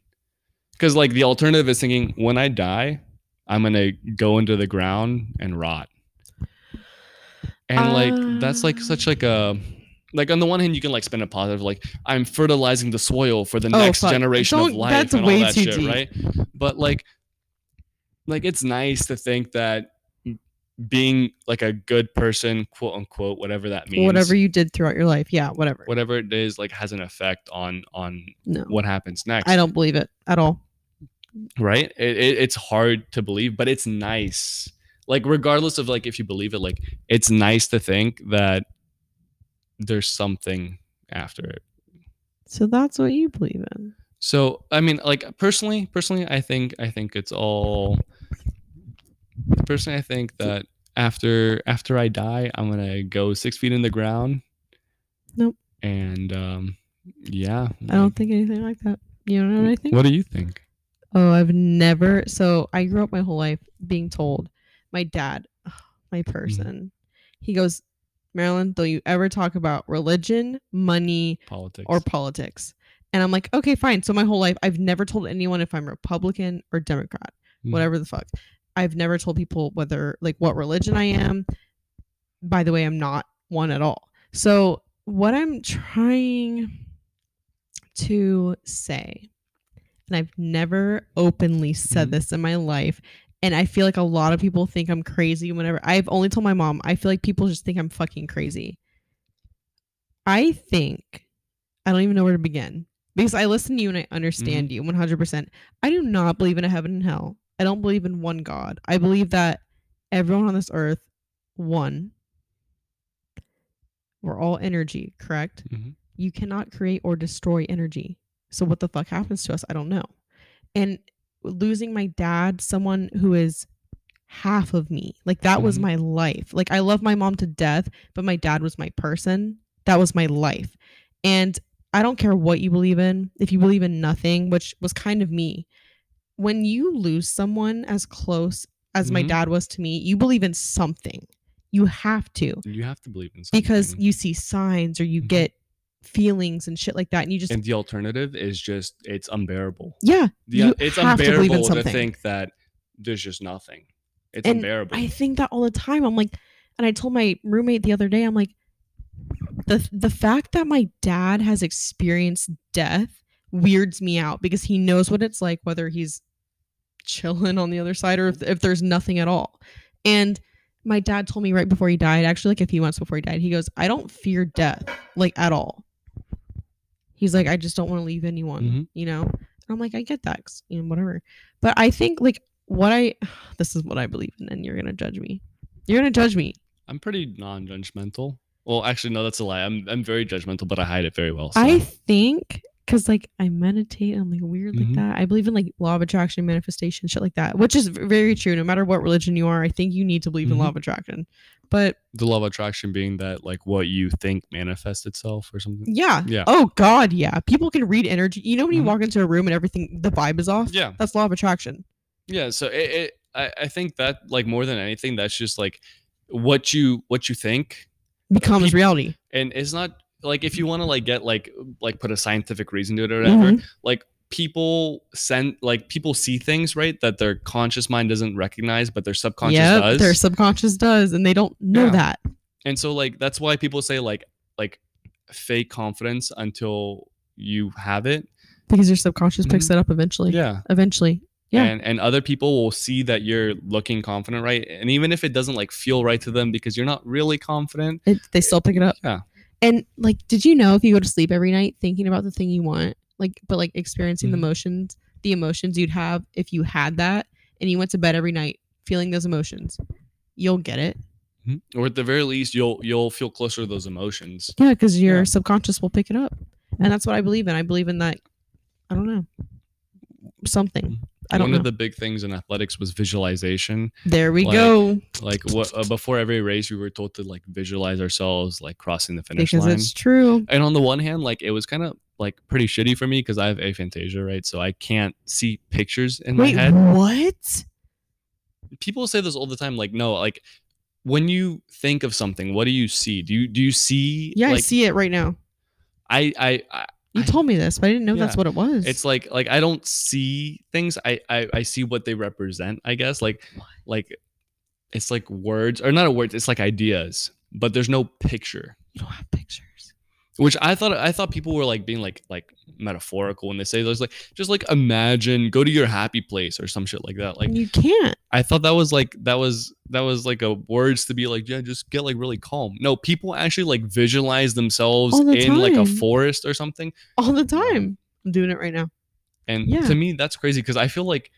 Speaker 2: cuz like the alternative is thinking when i die i'm going to go into the ground and rot and like that's
Speaker 1: Ah.
Speaker 2: like such like a like on the one hand you can like spin it positive like i'm fertilizing the soil for the
Speaker 1: Oh,
Speaker 2: next
Speaker 1: fuck.
Speaker 2: generation of
Speaker 1: Don't-
Speaker 2: life
Speaker 1: that's
Speaker 2: and
Speaker 1: way
Speaker 2: all that
Speaker 1: too
Speaker 2: shit
Speaker 1: deep.
Speaker 2: right but like like it's nice to think that being like a good person, quote unquote, whatever that means,
Speaker 1: Whatever you did throughout your life. Yeah, whatever.
Speaker 2: whatever it is, like has an effect on on
Speaker 1: No.
Speaker 2: what happens next.
Speaker 1: I don't believe it at all.
Speaker 2: right. It, it, it's hard to believe, but it's nice. Like regardless of like if you believe it, like it's nice to think that there's something after it.
Speaker 1: So that's what you believe in.
Speaker 2: So I mean, like personally, personally, I think I think it's all. Personally, I think that after after I die, I'm gonna go six feet in the ground.
Speaker 1: Nope.
Speaker 2: And um, yeah.
Speaker 1: I don't think anything like that. You don't know what I think?
Speaker 2: Mm. What do you think?
Speaker 1: Oh, I've never. So I grew up my whole life being told, my dad, my
Speaker 2: Mm.
Speaker 1: person, he goes, Marilyn, don't you ever talk about religion, money,
Speaker 2: Politics.
Speaker 1: or politics. And I'm like, okay, fine. So my whole life, I've never told anyone if I'm Republican or Democrat,
Speaker 2: Mhm.
Speaker 1: whatever the fuck. I've never told people whether, like, what religion I am. By the way, I'm not one at all. So what I'm trying to say, and I've never openly said
Speaker 2: Mhm.
Speaker 1: this in my life. And I feel like a lot of people think I'm crazy whenever I've only told my mom, I feel like people just think I'm fucking crazy. I think I don't even know where to begin because I listen to you and I understand you 100%. I do not believe in a heaven and hell. I don't believe in one God. I believe that everyone on this earth, one, we're all energy, correct?
Speaker 2: Mhm.
Speaker 1: You cannot create or destroy energy. So what the fuck happens to us? I don't know. And losing my dad, someone who is half of me, like that was
Speaker 2: Mhm.
Speaker 1: my life. Like I love my mom to death, but my dad was my person. That was my life. And I don't care what you believe in, if you believe in nothing, which was kind of me. When you lose someone as close as my
Speaker 2: Mhm.
Speaker 1: dad was to me, you believe in something. You have to
Speaker 2: You have to believe in something.
Speaker 1: because you see signs or you
Speaker 2: Mhm.
Speaker 1: get feelings and shit like that and you just
Speaker 2: and the alternative is just it's unbearable.
Speaker 1: yeah
Speaker 2: Yeah,
Speaker 1: You
Speaker 2: it's
Speaker 1: have to believe in
Speaker 2: unbearable to,
Speaker 1: something.
Speaker 2: think that there's just nothing. It's
Speaker 1: And
Speaker 2: unbearable.
Speaker 1: i think that all the time i'm like and i told my roommate the other day i'm like the the fact that my dad has experienced death weirds me out because he knows what it's like whether he's chilling on the other side or if, if there's nothing at all and my dad told me right before he died actually like a few months before he died he goes i don't fear death like at all he's like i just don't want to leave anyone
Speaker 2: Mhm.
Speaker 1: you know and i'm like i get that 'cause, you know whatever but i think like what i this is what i believe in and you're gonna judge me you're gonna judge me
Speaker 2: I'm pretty non-judgmental. Well, actually, no, that's a lie. I'm I'm very judgmental, but I hide it very well. so.
Speaker 1: I think because like I meditate on like weird
Speaker 2: Mhm.
Speaker 1: like that. I believe in like law of attraction, manifestation, shit like that, which is v- very true. No matter what religion you are, I think you need to believe in law
Speaker 2: Mhm.
Speaker 1: of attraction. But
Speaker 2: the law of attraction being that like what you think manifests itself or something.
Speaker 1: yeah.
Speaker 2: Yeah.
Speaker 1: Oh God, yeah. People can read energy. You know when you
Speaker 2: Mhm.
Speaker 1: walk into a room and everything the vibe is off.
Speaker 2: Yeah.
Speaker 1: That's law of attraction.
Speaker 2: Yeah. So it, it I, I think that like more than anything, that's just like what you what you think.
Speaker 1: Becomes
Speaker 2: Peop-
Speaker 1: reality.
Speaker 2: And it's not like if you want to like get like like put a scientific reason to it or whatever,
Speaker 1: Mhm.
Speaker 2: like people send like people see things, right? That their conscious mind doesn't recognize, but their subconscious
Speaker 1: Yep,
Speaker 2: does.
Speaker 1: Their subconscious does, and they don't know
Speaker 2: Yeah.
Speaker 1: that.
Speaker 2: and so like that's why people say like like fake confidence until you have it.
Speaker 1: Because your subconscious picks that up eventually.
Speaker 2: Mm-hmm. Yeah.
Speaker 1: Eventually. Yeah.
Speaker 2: and and other people will see that you're looking confident right and even if it doesn't like feel right to them because you're not really confident
Speaker 1: It, they still pick it up.
Speaker 2: Yeah.
Speaker 1: And like, did you know if you go to sleep every night thinking about the thing you want, like, but like experiencing
Speaker 2: Mhm.
Speaker 1: the emotions, the emotions you'd have if you had that and you went to bed every night feeling those emotions, you'll get it.
Speaker 2: or at the very least you'll you'll feel closer to those emotions
Speaker 1: Yeah. Cause your
Speaker 2: Yeah.
Speaker 1: subconscious will pick it up. And that's what I believe in. I believe in that. I don't know. Something. I don't
Speaker 2: Mm-hmm. One
Speaker 1: know.
Speaker 2: of the big things in athletics was visualization.
Speaker 1: there we
Speaker 2: like,
Speaker 1: go.
Speaker 2: Like what uh, before every race, we were told to like visualize ourselves like crossing the finish
Speaker 1: Because
Speaker 2: line.
Speaker 1: it's true.
Speaker 2: and on the one hand, like it was kind of like pretty shitty for me because I have aphantasia, right? So I can't see pictures in
Speaker 1: Wait,
Speaker 2: my head.
Speaker 1: what?
Speaker 2: People say this all the time, like no, like when you think of something, what do you see? Do you do you see?
Speaker 1: Yeah,
Speaker 2: like,
Speaker 1: I see it right now.
Speaker 2: I I, I
Speaker 1: You
Speaker 2: I-
Speaker 1: told me this, but I didn't know
Speaker 2: Yeah.
Speaker 1: that's what it was.
Speaker 2: it's like like i don't see things I, I i see what they represent i guess like like it's like words or not a word it's like ideas but there's no picture
Speaker 1: you don't have pictures.
Speaker 2: which i thought i thought people were like being like like metaphorical when they say those like just like imagine go to your happy place or some shit like that like
Speaker 1: you can't.
Speaker 2: i thought that was like that was that was like a words to be like yeah just get like really calm no people actually like visualize themselves
Speaker 1: All the
Speaker 2: in like
Speaker 1: time.
Speaker 2: a forest or something
Speaker 1: All the time. I'm doing it right now.
Speaker 2: And
Speaker 1: Yeah.
Speaker 2: to me, that's crazy because I feel like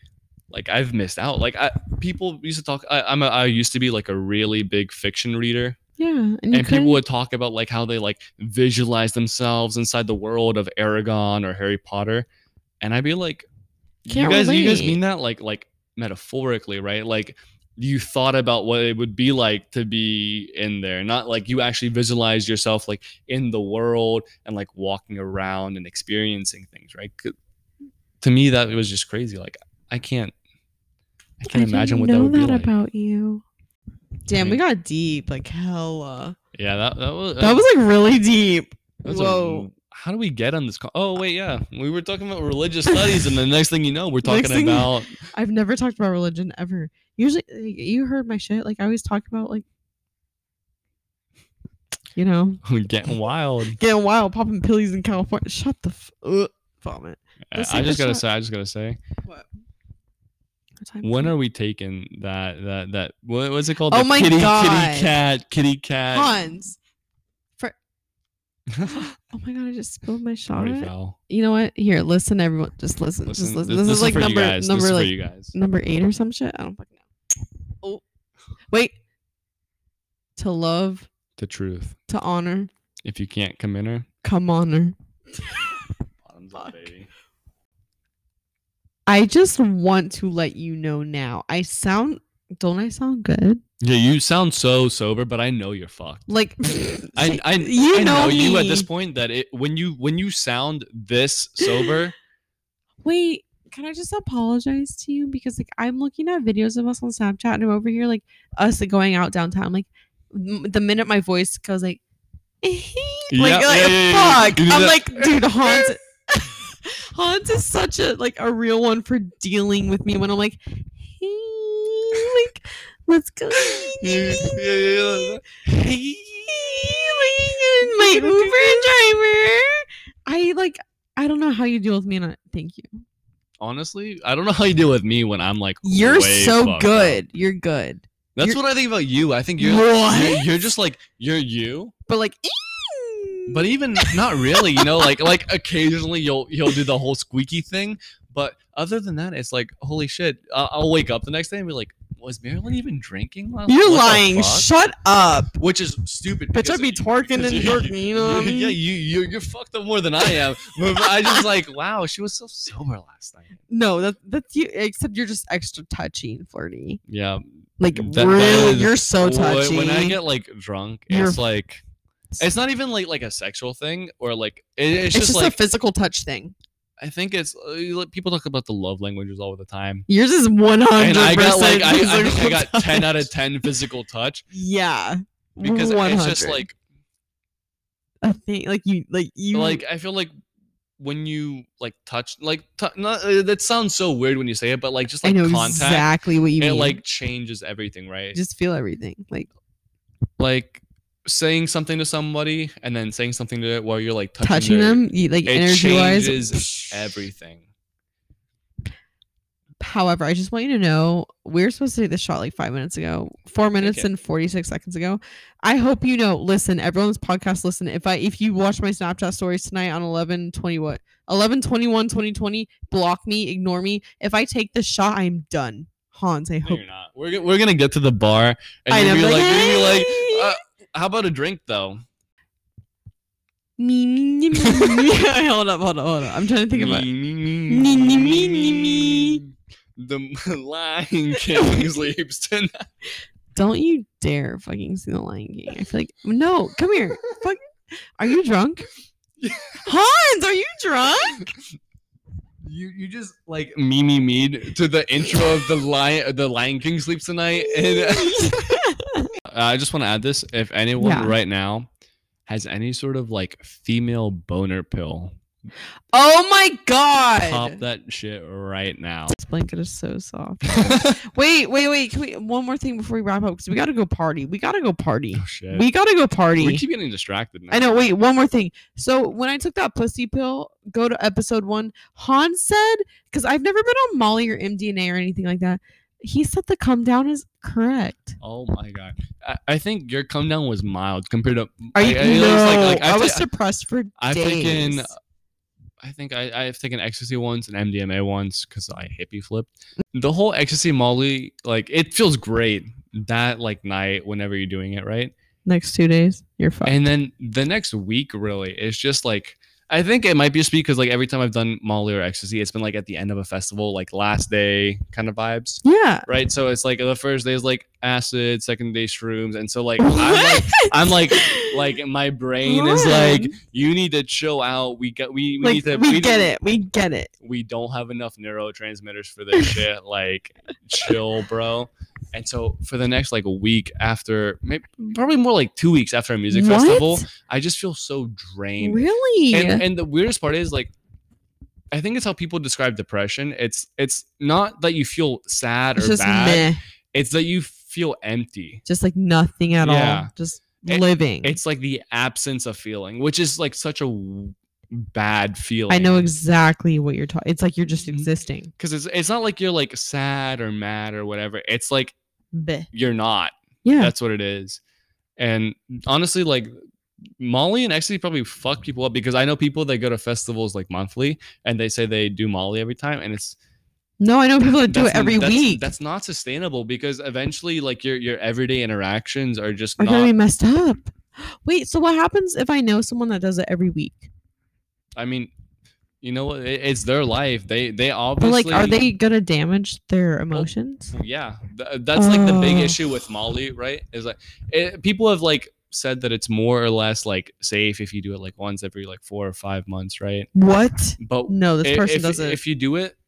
Speaker 2: like I've missed out. Like I, people used to talk. I, I'm a, I used to be like a really big fiction reader,
Speaker 1: Yeah. And, you
Speaker 2: and people
Speaker 1: couldn't-
Speaker 2: would talk about like how they like visualize themselves inside the world of Aragon or Harry Potter, and I'd be like, you
Speaker 1: Can't
Speaker 2: guys, you guys
Speaker 1: relate.
Speaker 2: mean that like like metaphorically, right? Like you thought about what it would be like to be in there not like you actually visualize yourself like in the world and like walking around and experiencing things right 'Cause to me that was just crazy like i can't i can't imagine what that would be like
Speaker 1: about you. Damn, we
Speaker 2: mean-
Speaker 1: got deep, like hella.
Speaker 2: yeah that, that was
Speaker 1: That was like really deep.
Speaker 2: that was a-
Speaker 1: Whoa.
Speaker 2: how do we get on this call? Oh wait, yeah, we were talking about religious studies, and the next thing you know, we're
Speaker 1: Next
Speaker 2: talking
Speaker 1: thing-
Speaker 2: about
Speaker 1: I've never talked about religion ever. Usually, like, you heard my shit. Like I always talk about like, you know,
Speaker 2: getting wild.
Speaker 1: getting wild, popping pillies in California. Shut the f- ugh, vomit.
Speaker 2: I
Speaker 1: Let's
Speaker 2: I
Speaker 1: take a
Speaker 2: just gotta
Speaker 1: shot.
Speaker 2: say, I just gotta say,
Speaker 1: What? What time is
Speaker 2: when
Speaker 1: it?
Speaker 2: are we taking that that that what was it called?
Speaker 1: Oh
Speaker 2: The
Speaker 1: my
Speaker 2: kitty,
Speaker 1: God.
Speaker 2: kitty cat, kitty cat.
Speaker 1: Hans? For- oh my god, I just spilled my shot.
Speaker 2: Pretty foul.
Speaker 1: You know what? Here, listen, everyone. Just listen. just
Speaker 2: Listen,
Speaker 1: listen.
Speaker 2: th-
Speaker 1: This, is like
Speaker 2: for you
Speaker 1: number
Speaker 2: guys.
Speaker 1: number
Speaker 2: this is
Speaker 1: like
Speaker 2: for you guys.
Speaker 1: number eight or some shit. I don't fucking know. Oh, wait. To love,
Speaker 2: The truth.
Speaker 1: to honor,
Speaker 2: If you can't come in her,
Speaker 1: come honor.
Speaker 2: bottoms
Speaker 1: up, Fuck.
Speaker 2: baby.
Speaker 1: I just want to let you know now. I sound don't I sound good?
Speaker 2: Yeah, you sound so sober, but I know you're fucked.
Speaker 1: Like
Speaker 2: I, I,
Speaker 1: you
Speaker 2: I
Speaker 1: know,
Speaker 2: know you at this
Speaker 1: me.
Speaker 2: point that it when you when you sound this sober,
Speaker 1: Wait, can I just apologize to you because like I'm looking at videos of us on Snapchat and I'm over here like us going out downtown. Like m- the minute my voice goes like, "Eh, like,
Speaker 2: Yeah,
Speaker 1: like,
Speaker 2: yeah, yeah, yeah.
Speaker 1: fuck,
Speaker 2: You do
Speaker 1: I'm
Speaker 2: that.
Speaker 1: like, dude, Hans. Hans is such a like a real one for dealing with me when I'm like, hey, like, let's go. my Uber driver. I like. I don't know how you deal with me, and I, thank you.
Speaker 2: honestly, I don't know how you deal with me when I'm like
Speaker 1: You're
Speaker 2: way
Speaker 1: so
Speaker 2: fucked up.
Speaker 1: good. You're good.
Speaker 2: That's
Speaker 1: You're-
Speaker 2: what I think about you. I think you're you're,
Speaker 1: What?
Speaker 2: you're just like you're you,
Speaker 1: But like, e
Speaker 2: but even not really. You know, like like occasionally you'll you'll do the whole squeaky thing, but other than that, it's like holy shit. I- I'll wake up the next day and be like, was Marilyn even drinking? last night?
Speaker 1: you're
Speaker 2: What the
Speaker 1: lying.
Speaker 2: fuck?"
Speaker 1: Shut up.
Speaker 2: Which is stupid.
Speaker 1: Bitch,
Speaker 2: because-
Speaker 1: I be twerking and jerking. You know what I mean?
Speaker 2: Yeah, you you you're fucked up more than I am. But I just like wow, she was so sober last night.
Speaker 1: No, that that's you. Except you're just extra touchy and flirty.
Speaker 2: Yeah,
Speaker 1: Like
Speaker 2: That- that
Speaker 1: really,
Speaker 2: is
Speaker 1: you're so
Speaker 2: Wh-
Speaker 1: touchy.
Speaker 2: When I get like drunk,
Speaker 1: You're-
Speaker 2: it's like it's not even like like a sexual thing or like it- it's,
Speaker 1: it's just,
Speaker 2: just, like
Speaker 1: a physical touch thing.
Speaker 2: I think it's uh, you let- people talk about the love languages all the time.
Speaker 1: Yours is one hundred
Speaker 2: And I got
Speaker 1: percent.
Speaker 2: like I, I think I got ten out of ten physical touch
Speaker 1: Yeah,
Speaker 2: because it's
Speaker 1: 100.
Speaker 2: just like
Speaker 1: I think like you like you
Speaker 2: like I feel like when you like touch like t- not, uh, that sounds so weird when you say it, but like just
Speaker 1: I
Speaker 2: like
Speaker 1: know
Speaker 2: contact
Speaker 1: exactly what you
Speaker 2: it
Speaker 1: mean.
Speaker 2: like changes everything, right?
Speaker 1: just feel everything. Like
Speaker 2: like saying something to somebody and then saying something to it while you're like touching,
Speaker 1: touching
Speaker 2: their-
Speaker 1: them, you, like
Speaker 2: It
Speaker 1: energy
Speaker 2: changes
Speaker 1: wise.
Speaker 2: everything.
Speaker 1: However, I just want you to know we were supposed to take this shot like five minutes ago, four minutes
Speaker 2: it.
Speaker 1: and forty six seconds ago. I hope you know. Listen, everyone's podcast. Listen, if I if you watch my Snapchat stories tonight on eleven twenty what 11 21 2020, block me, ignore me. If I take this shot, I'm done. Hans, I
Speaker 2: No,
Speaker 1: hope.
Speaker 2: you're not. We're, go- we're gonna get to the bar and
Speaker 1: I
Speaker 2: you're
Speaker 1: am
Speaker 2: gonna be like,
Speaker 1: like,
Speaker 2: you're gonna be
Speaker 1: "Hey."
Speaker 2: like uh, how about a drink though?
Speaker 1: Me, me, me, me, me. hold up, hold up, hold up. I'm trying to think about.
Speaker 2: Me, me, me,
Speaker 1: Me, me,
Speaker 2: me,
Speaker 1: me, me, me.
Speaker 2: the Lion King sleeps tonight.
Speaker 1: Don't you dare fucking see the Lion King. I feel like no, come here. Fuck. Are you drunk? Hans, are you drunk?
Speaker 2: You you just like Mimi Mead to the intro of the Lion the Lion King sleeps tonight. And uh, I just want to add this: if anyone
Speaker 1: Yeah.
Speaker 2: right now has any sort of like female boner pill,
Speaker 1: oh my god.
Speaker 2: pop that shit right now.
Speaker 1: This blanket is so soft. Wait, wait, wait. Can we one more thing before we wrap up? Because we gotta go party. We gotta go party.
Speaker 2: Oh, shit.
Speaker 1: We gotta go party.
Speaker 2: We keep getting distracted now.
Speaker 1: I know. Wait, one more thing. So when I took that pussy pill, go to episode one. Han said, because I've never been on Molly or MDNA or anything like that. He said the come down is correct.
Speaker 2: Oh my god. I, I think your come down was mild compared to.
Speaker 1: Are you?
Speaker 2: I, I- it was
Speaker 1: no,
Speaker 2: like- like,
Speaker 1: I
Speaker 2: I've
Speaker 1: was
Speaker 2: ta-
Speaker 1: suppressed for
Speaker 2: I've
Speaker 1: days.
Speaker 2: taken. I think I, I've taken ecstasy once and MDMA once because I hippie flipped. The whole ecstasy Molly, like it feels great that like night whenever you're doing it right,
Speaker 1: Next two days, you're fucked.
Speaker 2: and then the next week really it's just like I think it might be just because like every time I've done Molly or ecstasy, it's been like at the end of a festival, like last day kind of vibes,
Speaker 1: yeah.
Speaker 2: right? So it's like the first day is like acid, second day shrooms, and so like I'm like I'm like like my brain is like you need to chill out we got we, we
Speaker 1: Like,
Speaker 2: need to
Speaker 1: we
Speaker 2: need-
Speaker 1: get it. We get it.
Speaker 2: we don't have enough neurotransmitters for this shit like chill bro and so for the next like a week after maybe probably more like two weeks after a music
Speaker 1: What?
Speaker 2: festival i just feel so drained
Speaker 1: Really?
Speaker 2: and, and the weirdest part is like i think it's how people describe depression it's it's not that you feel sad
Speaker 1: it's
Speaker 2: or
Speaker 1: just
Speaker 2: bad
Speaker 1: meh.
Speaker 2: it's that you feel empty
Speaker 1: Just like nothing at all.
Speaker 2: Yeah.
Speaker 1: Just
Speaker 2: It-
Speaker 1: living.
Speaker 2: it's like the absence of feeling, which is like such a w- bad feeling.
Speaker 1: I know exactly what you're talking. It's like you're just
Speaker 2: Mhm.
Speaker 1: existing.
Speaker 2: because it's it's not like you're like sad or mad or whatever. It's like
Speaker 1: Bleh.
Speaker 2: you're not.
Speaker 1: Yeah.
Speaker 2: That's what it is. And honestly, like Molly and ecstasy probably fuck people up because I know people that go to festivals like monthly and they say they do Molly every time, and it's
Speaker 1: No, I know people that do it
Speaker 2: that's-
Speaker 1: every
Speaker 2: that's-
Speaker 1: week.
Speaker 2: That's not sustainable because eventually, like your your everyday interactions are just
Speaker 1: Are gonna be
Speaker 2: not.
Speaker 1: messed up. Wait, so what happens if I know someone that does it every week?
Speaker 2: I mean. You know what? It- It's their life. They they
Speaker 1: But
Speaker 2: obviously
Speaker 1: like, are they gonna damage their emotions?
Speaker 2: yeah th- that's like the big
Speaker 1: Oh.
Speaker 2: issue with molly right is like it, people have like said that it's more or less like safe if you do it like once every like four or five months right
Speaker 1: What?
Speaker 2: but
Speaker 1: No, this
Speaker 2: i-
Speaker 1: person
Speaker 2: if,
Speaker 1: doesn't.
Speaker 2: if you do it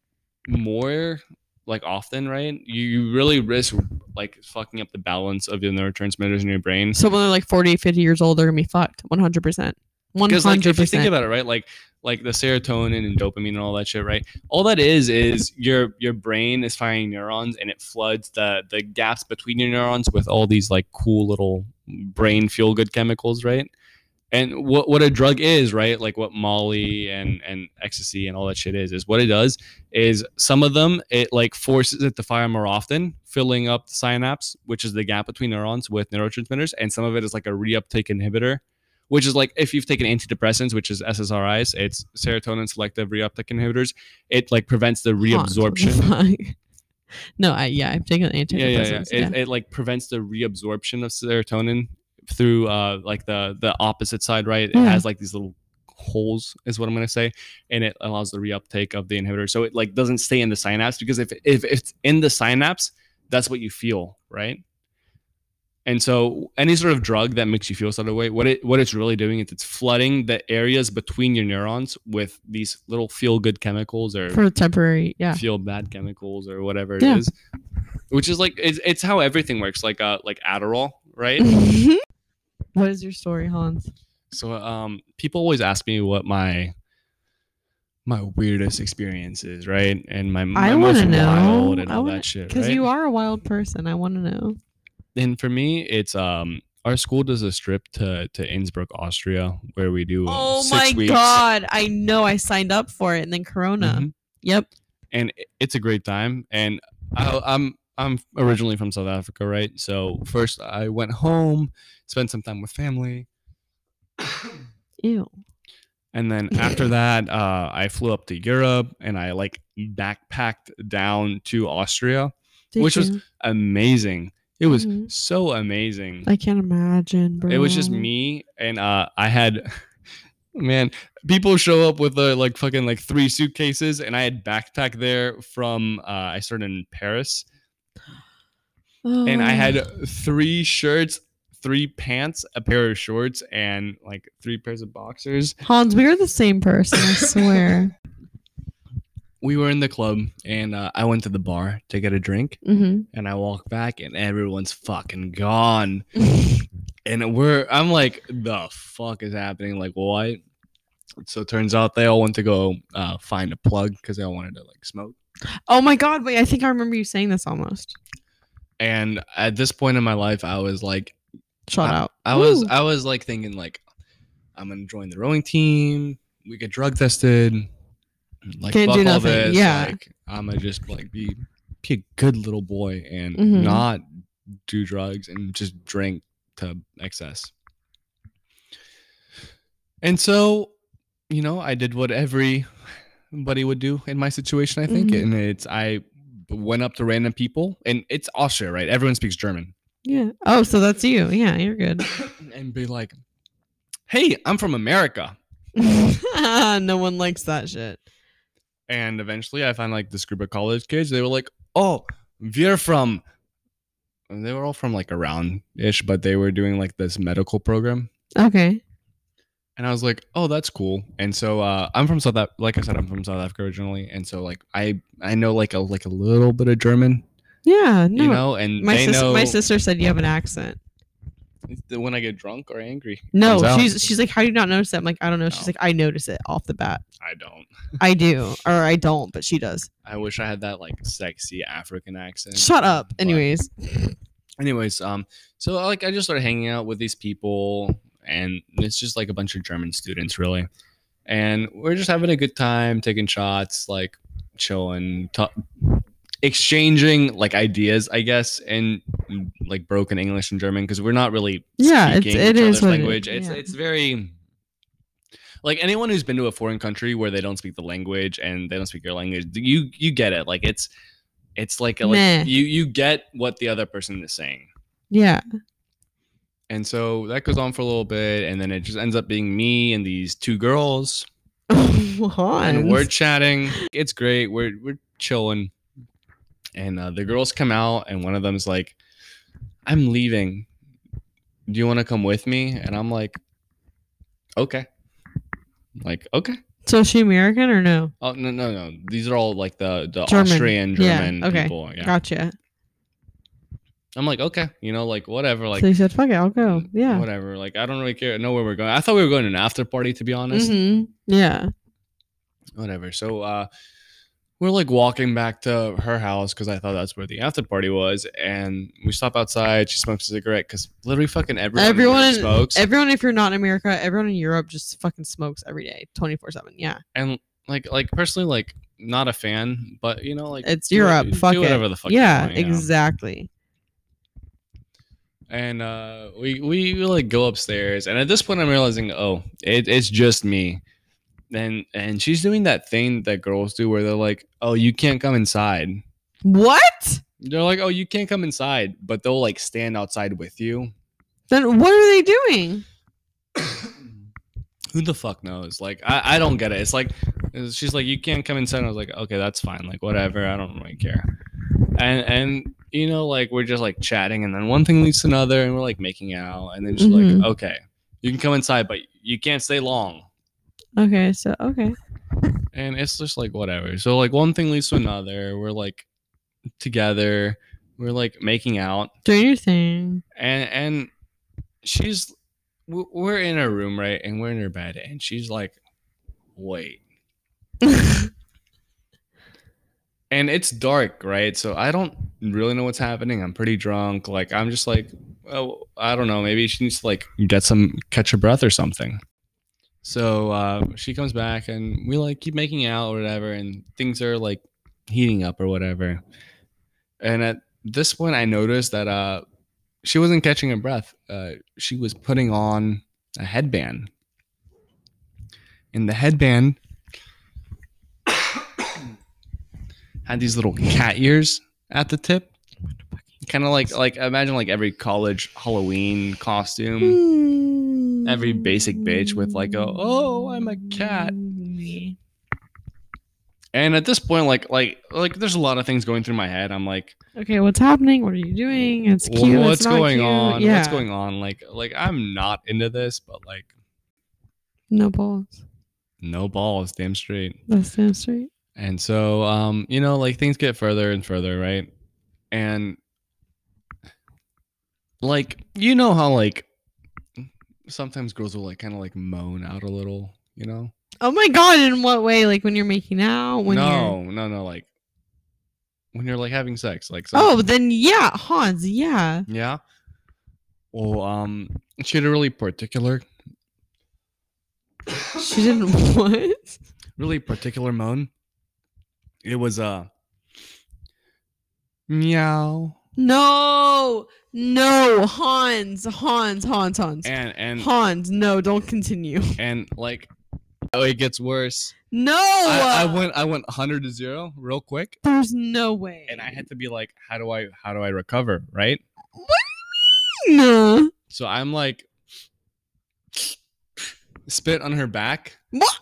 Speaker 2: more like often right you, you really risk like fucking up the balance of your neurotransmitters in your brain
Speaker 1: so when they're like 40, 50 years old, they're gonna be fucked. 100 percent. 100
Speaker 2: because like if you think
Speaker 1: percent.
Speaker 2: about it right like like the serotonin and dopamine and all that shit right all that is is your your brain is firing neurons and it floods the the gaps between your neurons with all these like cool little brain feel good chemicals right and what what a drug is right like what molly and and ecstasy and all that shit is is what it does is some of them it like forces it to fire more often filling up the synapse which is the gap between neurons with neurotransmitters and some of it is like a reuptake inhibitor which is like if you've taken antidepressants which is ssris it's serotonin selective reuptake inhibitors it like prevents the reabsorption
Speaker 1: no, I yeah, I've taken antidepressants.
Speaker 2: yeah, yeah, yeah.
Speaker 1: yeah.
Speaker 2: It, it like prevents the reabsorption of serotonin through uh like the the opposite side, right? It
Speaker 1: Yeah.
Speaker 2: has like these little holes, is what I'm gonna say, and it allows the reuptake of the inhibitor, so it like doesn't stay in the synapse because if if it's in the synapse, that's what you feel, right? And so any sort of drug that makes you feel sort of way, what it what it's really doing is it's flooding the areas between your neurons with these little feel good chemicals or
Speaker 1: For temporary, yeah.
Speaker 2: feel bad chemicals or whatever
Speaker 1: Yeah.
Speaker 2: it is which is like it's, it's how everything works like uh like adderall right
Speaker 1: Mm-hmm. what is your story, Hans?
Speaker 2: so um people always ask me what my my weirdest experience is right and my, my
Speaker 1: I
Speaker 2: most
Speaker 1: wanna know.
Speaker 2: wild and
Speaker 1: I
Speaker 2: all
Speaker 1: wanna-
Speaker 2: that shit
Speaker 1: Because
Speaker 2: right
Speaker 1: you are a wild person. I want to know.
Speaker 2: and for me it's um our school does a trip to to innsbruck austria where we do uh,
Speaker 1: Oh
Speaker 2: six
Speaker 1: my
Speaker 2: weeks.
Speaker 1: god! I know. I signed up for it, and then Corona.
Speaker 2: Mhm.
Speaker 1: Yep.
Speaker 2: and i- it's a great time. And I, I'm I'm originally from South Africa, right? So first I went home, spent some time with family,
Speaker 1: Ew.
Speaker 2: and then after that uh, I flew up to Europe and I like backpacked down to Austria.
Speaker 1: Did
Speaker 2: Which was-
Speaker 1: you?
Speaker 2: Amazing! It was
Speaker 1: Mhm.
Speaker 2: so amazing.
Speaker 1: I can't imagine, bro.
Speaker 2: It was just me and uh, I had Man, people show up with uh, like fucking like three suitcases, and I had backpack there from uh, I started in Paris, and I had three shirts, three pants, a pair of shorts, and like three pairs of boxers.
Speaker 1: Oh. Hans, we are the same person, I swear.
Speaker 2: We were in the club, and uh, I went to the bar to get a drink,
Speaker 1: hmm
Speaker 2: and I walked back, and everyone's fucking gone.
Speaker 1: Oh
Speaker 2: and we're I'm like, the fuck is happening? Like, what? So it turns out they all went to go uh, find a plug because they all wanted to like smoke.
Speaker 1: Oh my god, wait, I think I remember you saying this almost.
Speaker 2: And at this point in my life, I was like,
Speaker 1: Shout out.
Speaker 2: I was
Speaker 1: Woo.
Speaker 2: I was like thinking like, I'm gonna join the rowing team. We get drug tested. Like
Speaker 1: Can't
Speaker 2: fuck
Speaker 1: do
Speaker 2: all
Speaker 1: nothing,
Speaker 2: this.
Speaker 1: yeah.
Speaker 2: Like I'm gonna just like be be a good little boy and
Speaker 1: Mhm.
Speaker 2: not do drugs and just drink to excess. And so, you know, I did what everybody would do in my situation, I think.
Speaker 1: Mhm.
Speaker 2: And it's I went up to random people and it's Austria, right? Everyone speaks German
Speaker 1: Yeah. Oh, so that's you. Yeah, you're good.
Speaker 2: and be like, "Hey, I'm from America."
Speaker 1: no one likes that shit.
Speaker 2: And eventually, I found like this group of college kids. They were like, "Oh, we're from," and they were all from like around ish, but they were doing like this medical program.
Speaker 1: Okay.
Speaker 2: And I was like, "Oh, that's cool." And so uh, I'm from South, Af- like I said, I'm from South Africa originally, and so like I I know like a like a little bit of German,
Speaker 1: Yeah. No.
Speaker 2: you know, and
Speaker 1: my
Speaker 2: they
Speaker 1: sister
Speaker 2: know
Speaker 1: my sister said you have an accent.
Speaker 2: when I get drunk or angry.
Speaker 1: No,
Speaker 2: comes out.
Speaker 1: she's she's like, How do you not notice that? I'm like, I don't know. She's
Speaker 2: No.
Speaker 1: like, I notice it off the bat.
Speaker 2: I don't.
Speaker 1: I do. Or I don't, but she does.
Speaker 2: I wish I had that like sexy African accent.
Speaker 1: Shut up.
Speaker 2: but-
Speaker 1: Anyways.
Speaker 2: anyways um so like i just started hanging out with these people and it's just like a bunch of german students really and we're just having a good time taking shots like chilling ta- exchanging like ideas i guess and like broken english and german because we're not really
Speaker 1: Yeah, it's-
Speaker 2: speaking
Speaker 1: it
Speaker 2: each
Speaker 1: is
Speaker 2: other's
Speaker 1: what it is,
Speaker 2: language it's
Speaker 1: yeah.
Speaker 2: it's very like anyone who's been to a foreign country where they don't speak the language and they don't speak your language you you get it like it's it's like, a,
Speaker 1: Meh.
Speaker 2: like you you get what the other person is saying
Speaker 1: Yeah.
Speaker 2: and so that goes on for a little bit, and then it just ends up being me and these two girls, and we're
Speaker 1: Hans.
Speaker 2: chatting. It's great. We're we're chilling, and uh, the girls come out, and one of them's like, "I'm leaving. Do you want to come with me?" And I'm like, "Okay." Like okay.
Speaker 1: So is she American or no?
Speaker 2: Oh no no no. These are all like the the
Speaker 1: German.
Speaker 2: Austrian
Speaker 1: Yeah,
Speaker 2: German
Speaker 1: okay.
Speaker 2: people. Yeah.
Speaker 1: Gotcha.
Speaker 2: I'm like okay. You know like whatever like.
Speaker 1: so you said, Fuck it, I'll go. Yeah.
Speaker 2: Whatever. Like, I don't really care. Know where we're going. I thought we were going to an after party, to be honest.
Speaker 1: hmm Yeah.
Speaker 2: whatever. So uh we're like walking back to her house because I thought that's where the after party was, and we stop outside. She smokes a cigarette because literally fucking everyone, in
Speaker 1: Everyone
Speaker 2: Europe
Speaker 1: in-
Speaker 2: smokes,
Speaker 1: Everyone, if you're not in America, everyone in Europe just fucking smokes every day, 24 7. Yeah.
Speaker 2: and like like personally like not a fan, but you know like
Speaker 1: It's
Speaker 2: do what-
Speaker 1: Europe. fuck
Speaker 2: do
Speaker 1: it.
Speaker 2: whatever the fuck. you
Speaker 1: yeah,
Speaker 2: want, you know?
Speaker 1: exactly.
Speaker 2: And uh, we we like go upstairs, and at this point I'm realizing, oh, it, it's just me. And and she's doing that thing that girls do where they're like, oh, you can't come inside.
Speaker 1: What?
Speaker 2: They're like, oh, you can't come inside, but they'll like stand outside with you.
Speaker 1: Then what are they doing?
Speaker 2: Who the fuck knows? Like, I, I don't get it. It's like, she's like, you can't come inside. I was like, okay, that's fine. Like, whatever. I don't really care. And, and, you know, like, we're just like chatting, and then one thing leads to another, and we're like making out. And then she's
Speaker 1: Mhm.
Speaker 2: like, okay, you can come inside, but you can't stay long.
Speaker 1: Okay, so, okay.
Speaker 2: and it's just like whatever. So like one thing leads to another. We're like together. We're like making out,
Speaker 1: Do your thing.
Speaker 2: and and she's w- we're in her room right, and we're in her bed, and she's like, wait. And it's dark, right? So I don't really know what's happening. I'm pretty drunk. Like I'm just like, oh, I don't know. Maybe she needs to like get some catch her breath or something. So uh, she comes back and we like keep making out or whatever, and things are like heating up or whatever. And at this point, I noticed that uh, she wasn't catching her breath. Uh, she was putting on a headband, and the headband had these little cat ears at the tip, kind of like like imagine like every college Halloween costume.
Speaker 1: Hmm.
Speaker 2: every basic bitch with like a oh I'm a cat. And at this point, like like like there's a lot of things going through my head. I'm like,
Speaker 1: Okay, what's happening? What are you doing? It's
Speaker 2: "Well,
Speaker 1: cute. it's
Speaker 2: what's
Speaker 1: not
Speaker 2: going
Speaker 1: cute."
Speaker 2: on?
Speaker 1: Yeah.
Speaker 2: What's going on? Like like I'm not into this, but like
Speaker 1: No balls.
Speaker 2: no balls, damn straight.
Speaker 1: That's damn straight.
Speaker 2: And so, um, you know, like things get further and further, right? And like, you know how like sometimes girls will like kind of like moan out a little, you know?
Speaker 1: Oh my god! In what way? Like when you're making out? When You're...
Speaker 2: no, no, no, like when you're like having sex, like some-
Speaker 1: Oh, then yeah, Hans. Yeah.
Speaker 2: yeah. Well, um, she had a really particular,
Speaker 1: She didn't. What?
Speaker 2: really particular moan. It was uh, meow,
Speaker 1: No, no, Hans, Hans, Hans, Hans,
Speaker 2: and and
Speaker 1: Hans. No, don't continue.
Speaker 2: and like oh it gets worse
Speaker 1: No.
Speaker 2: I, I went i went 100 to 0 real quick
Speaker 1: There's no way.
Speaker 2: and i had to be like how do i how do i recover right
Speaker 1: No.
Speaker 2: so i'm like spit on her back
Speaker 1: What?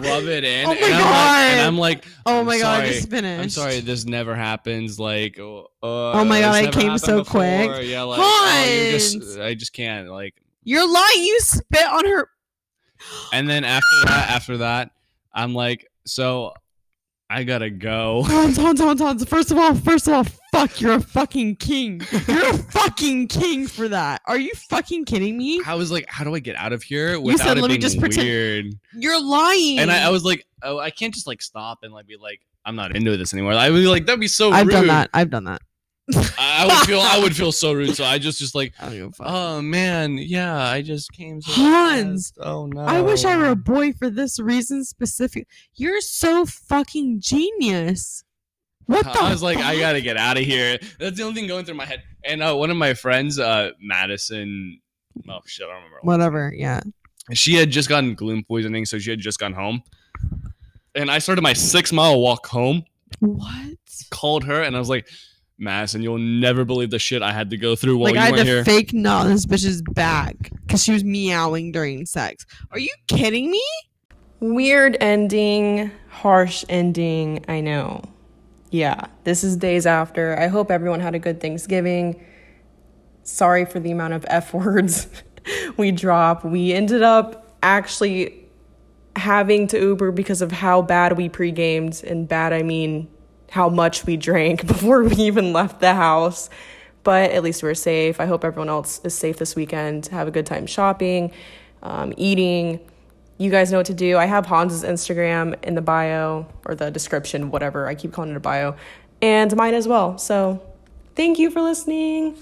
Speaker 2: rub it in
Speaker 1: Oh my
Speaker 2: and, I'm like, and
Speaker 1: God.
Speaker 2: i'm like
Speaker 1: Oh
Speaker 2: I'm
Speaker 1: my god! I
Speaker 2: sorry.
Speaker 1: just finished.
Speaker 2: i'm sorry this never happens like oh,
Speaker 1: my God,
Speaker 2: this
Speaker 1: it
Speaker 2: never
Speaker 1: came
Speaker 2: happened
Speaker 1: so quick.
Speaker 2: before. yeah like oh, you
Speaker 1: Hans.
Speaker 2: just, i just can't like
Speaker 1: You're lying. You spit on her.
Speaker 2: and then after that after that i'm like so i gotta go
Speaker 1: Hans, Hans, Hans, Hans. First of all, first of all, fuck. You're a fucking king. You're a fucking king for that. Are you fucking kidding me?
Speaker 2: I was like, how do I get out of here
Speaker 1: You
Speaker 2: without
Speaker 1: said,
Speaker 2: it
Speaker 1: "Let me
Speaker 2: being
Speaker 1: just pretend-"
Speaker 2: weird?
Speaker 1: You're lying.
Speaker 2: And I, I was like, oh, I can't just like stop and like be like, I'm not into this anymore. I would be like, that'd be so
Speaker 1: I've
Speaker 2: rude.
Speaker 1: done that. I've done that.
Speaker 2: I, I would feel, I would feel so rude. So I just, just like,
Speaker 1: I don't give a fuck.
Speaker 2: oh man, yeah, I just came. So
Speaker 1: Hans,
Speaker 2: fast. oh no.
Speaker 1: I wish I were a boy for this reason specific. You're so fucking genius. What the?
Speaker 2: I was like, I
Speaker 1: fuck?
Speaker 2: gotta get out of here. That's the only thing going through my head. And uh, one of my friends, uh, Madison. Oh shit, I don't remember.
Speaker 1: Whatever. Yeah.
Speaker 2: She had just gotten gloom poisoning, so she had just gone home. And I started my six mile walk home.
Speaker 1: What?
Speaker 2: called her and I was like, Madison, you'll never believe the shit I had to go through while
Speaker 1: like I
Speaker 2: you
Speaker 1: had to
Speaker 2: weren't here.
Speaker 1: fake gnaw on this bitch's back because she was meowing during sex. Are you kidding me?
Speaker 3: Weird ending, harsh ending, I know. Yeah, this is days after. I hope everyone had a good Thanksgiving. Sorry for the amount of F words we drop. We ended up actually having to Uber because of how bad we pre-gamed, and bad I mean how much we drank before we even left the house. But at least we're safe. I hope everyone else is safe this weekend. Have a good time shopping, um, eating. You guys know what to do. I have Hans's Instagram in the bio or the description, whatever. I keep calling it a bio, and mine as well. So thank you for listening.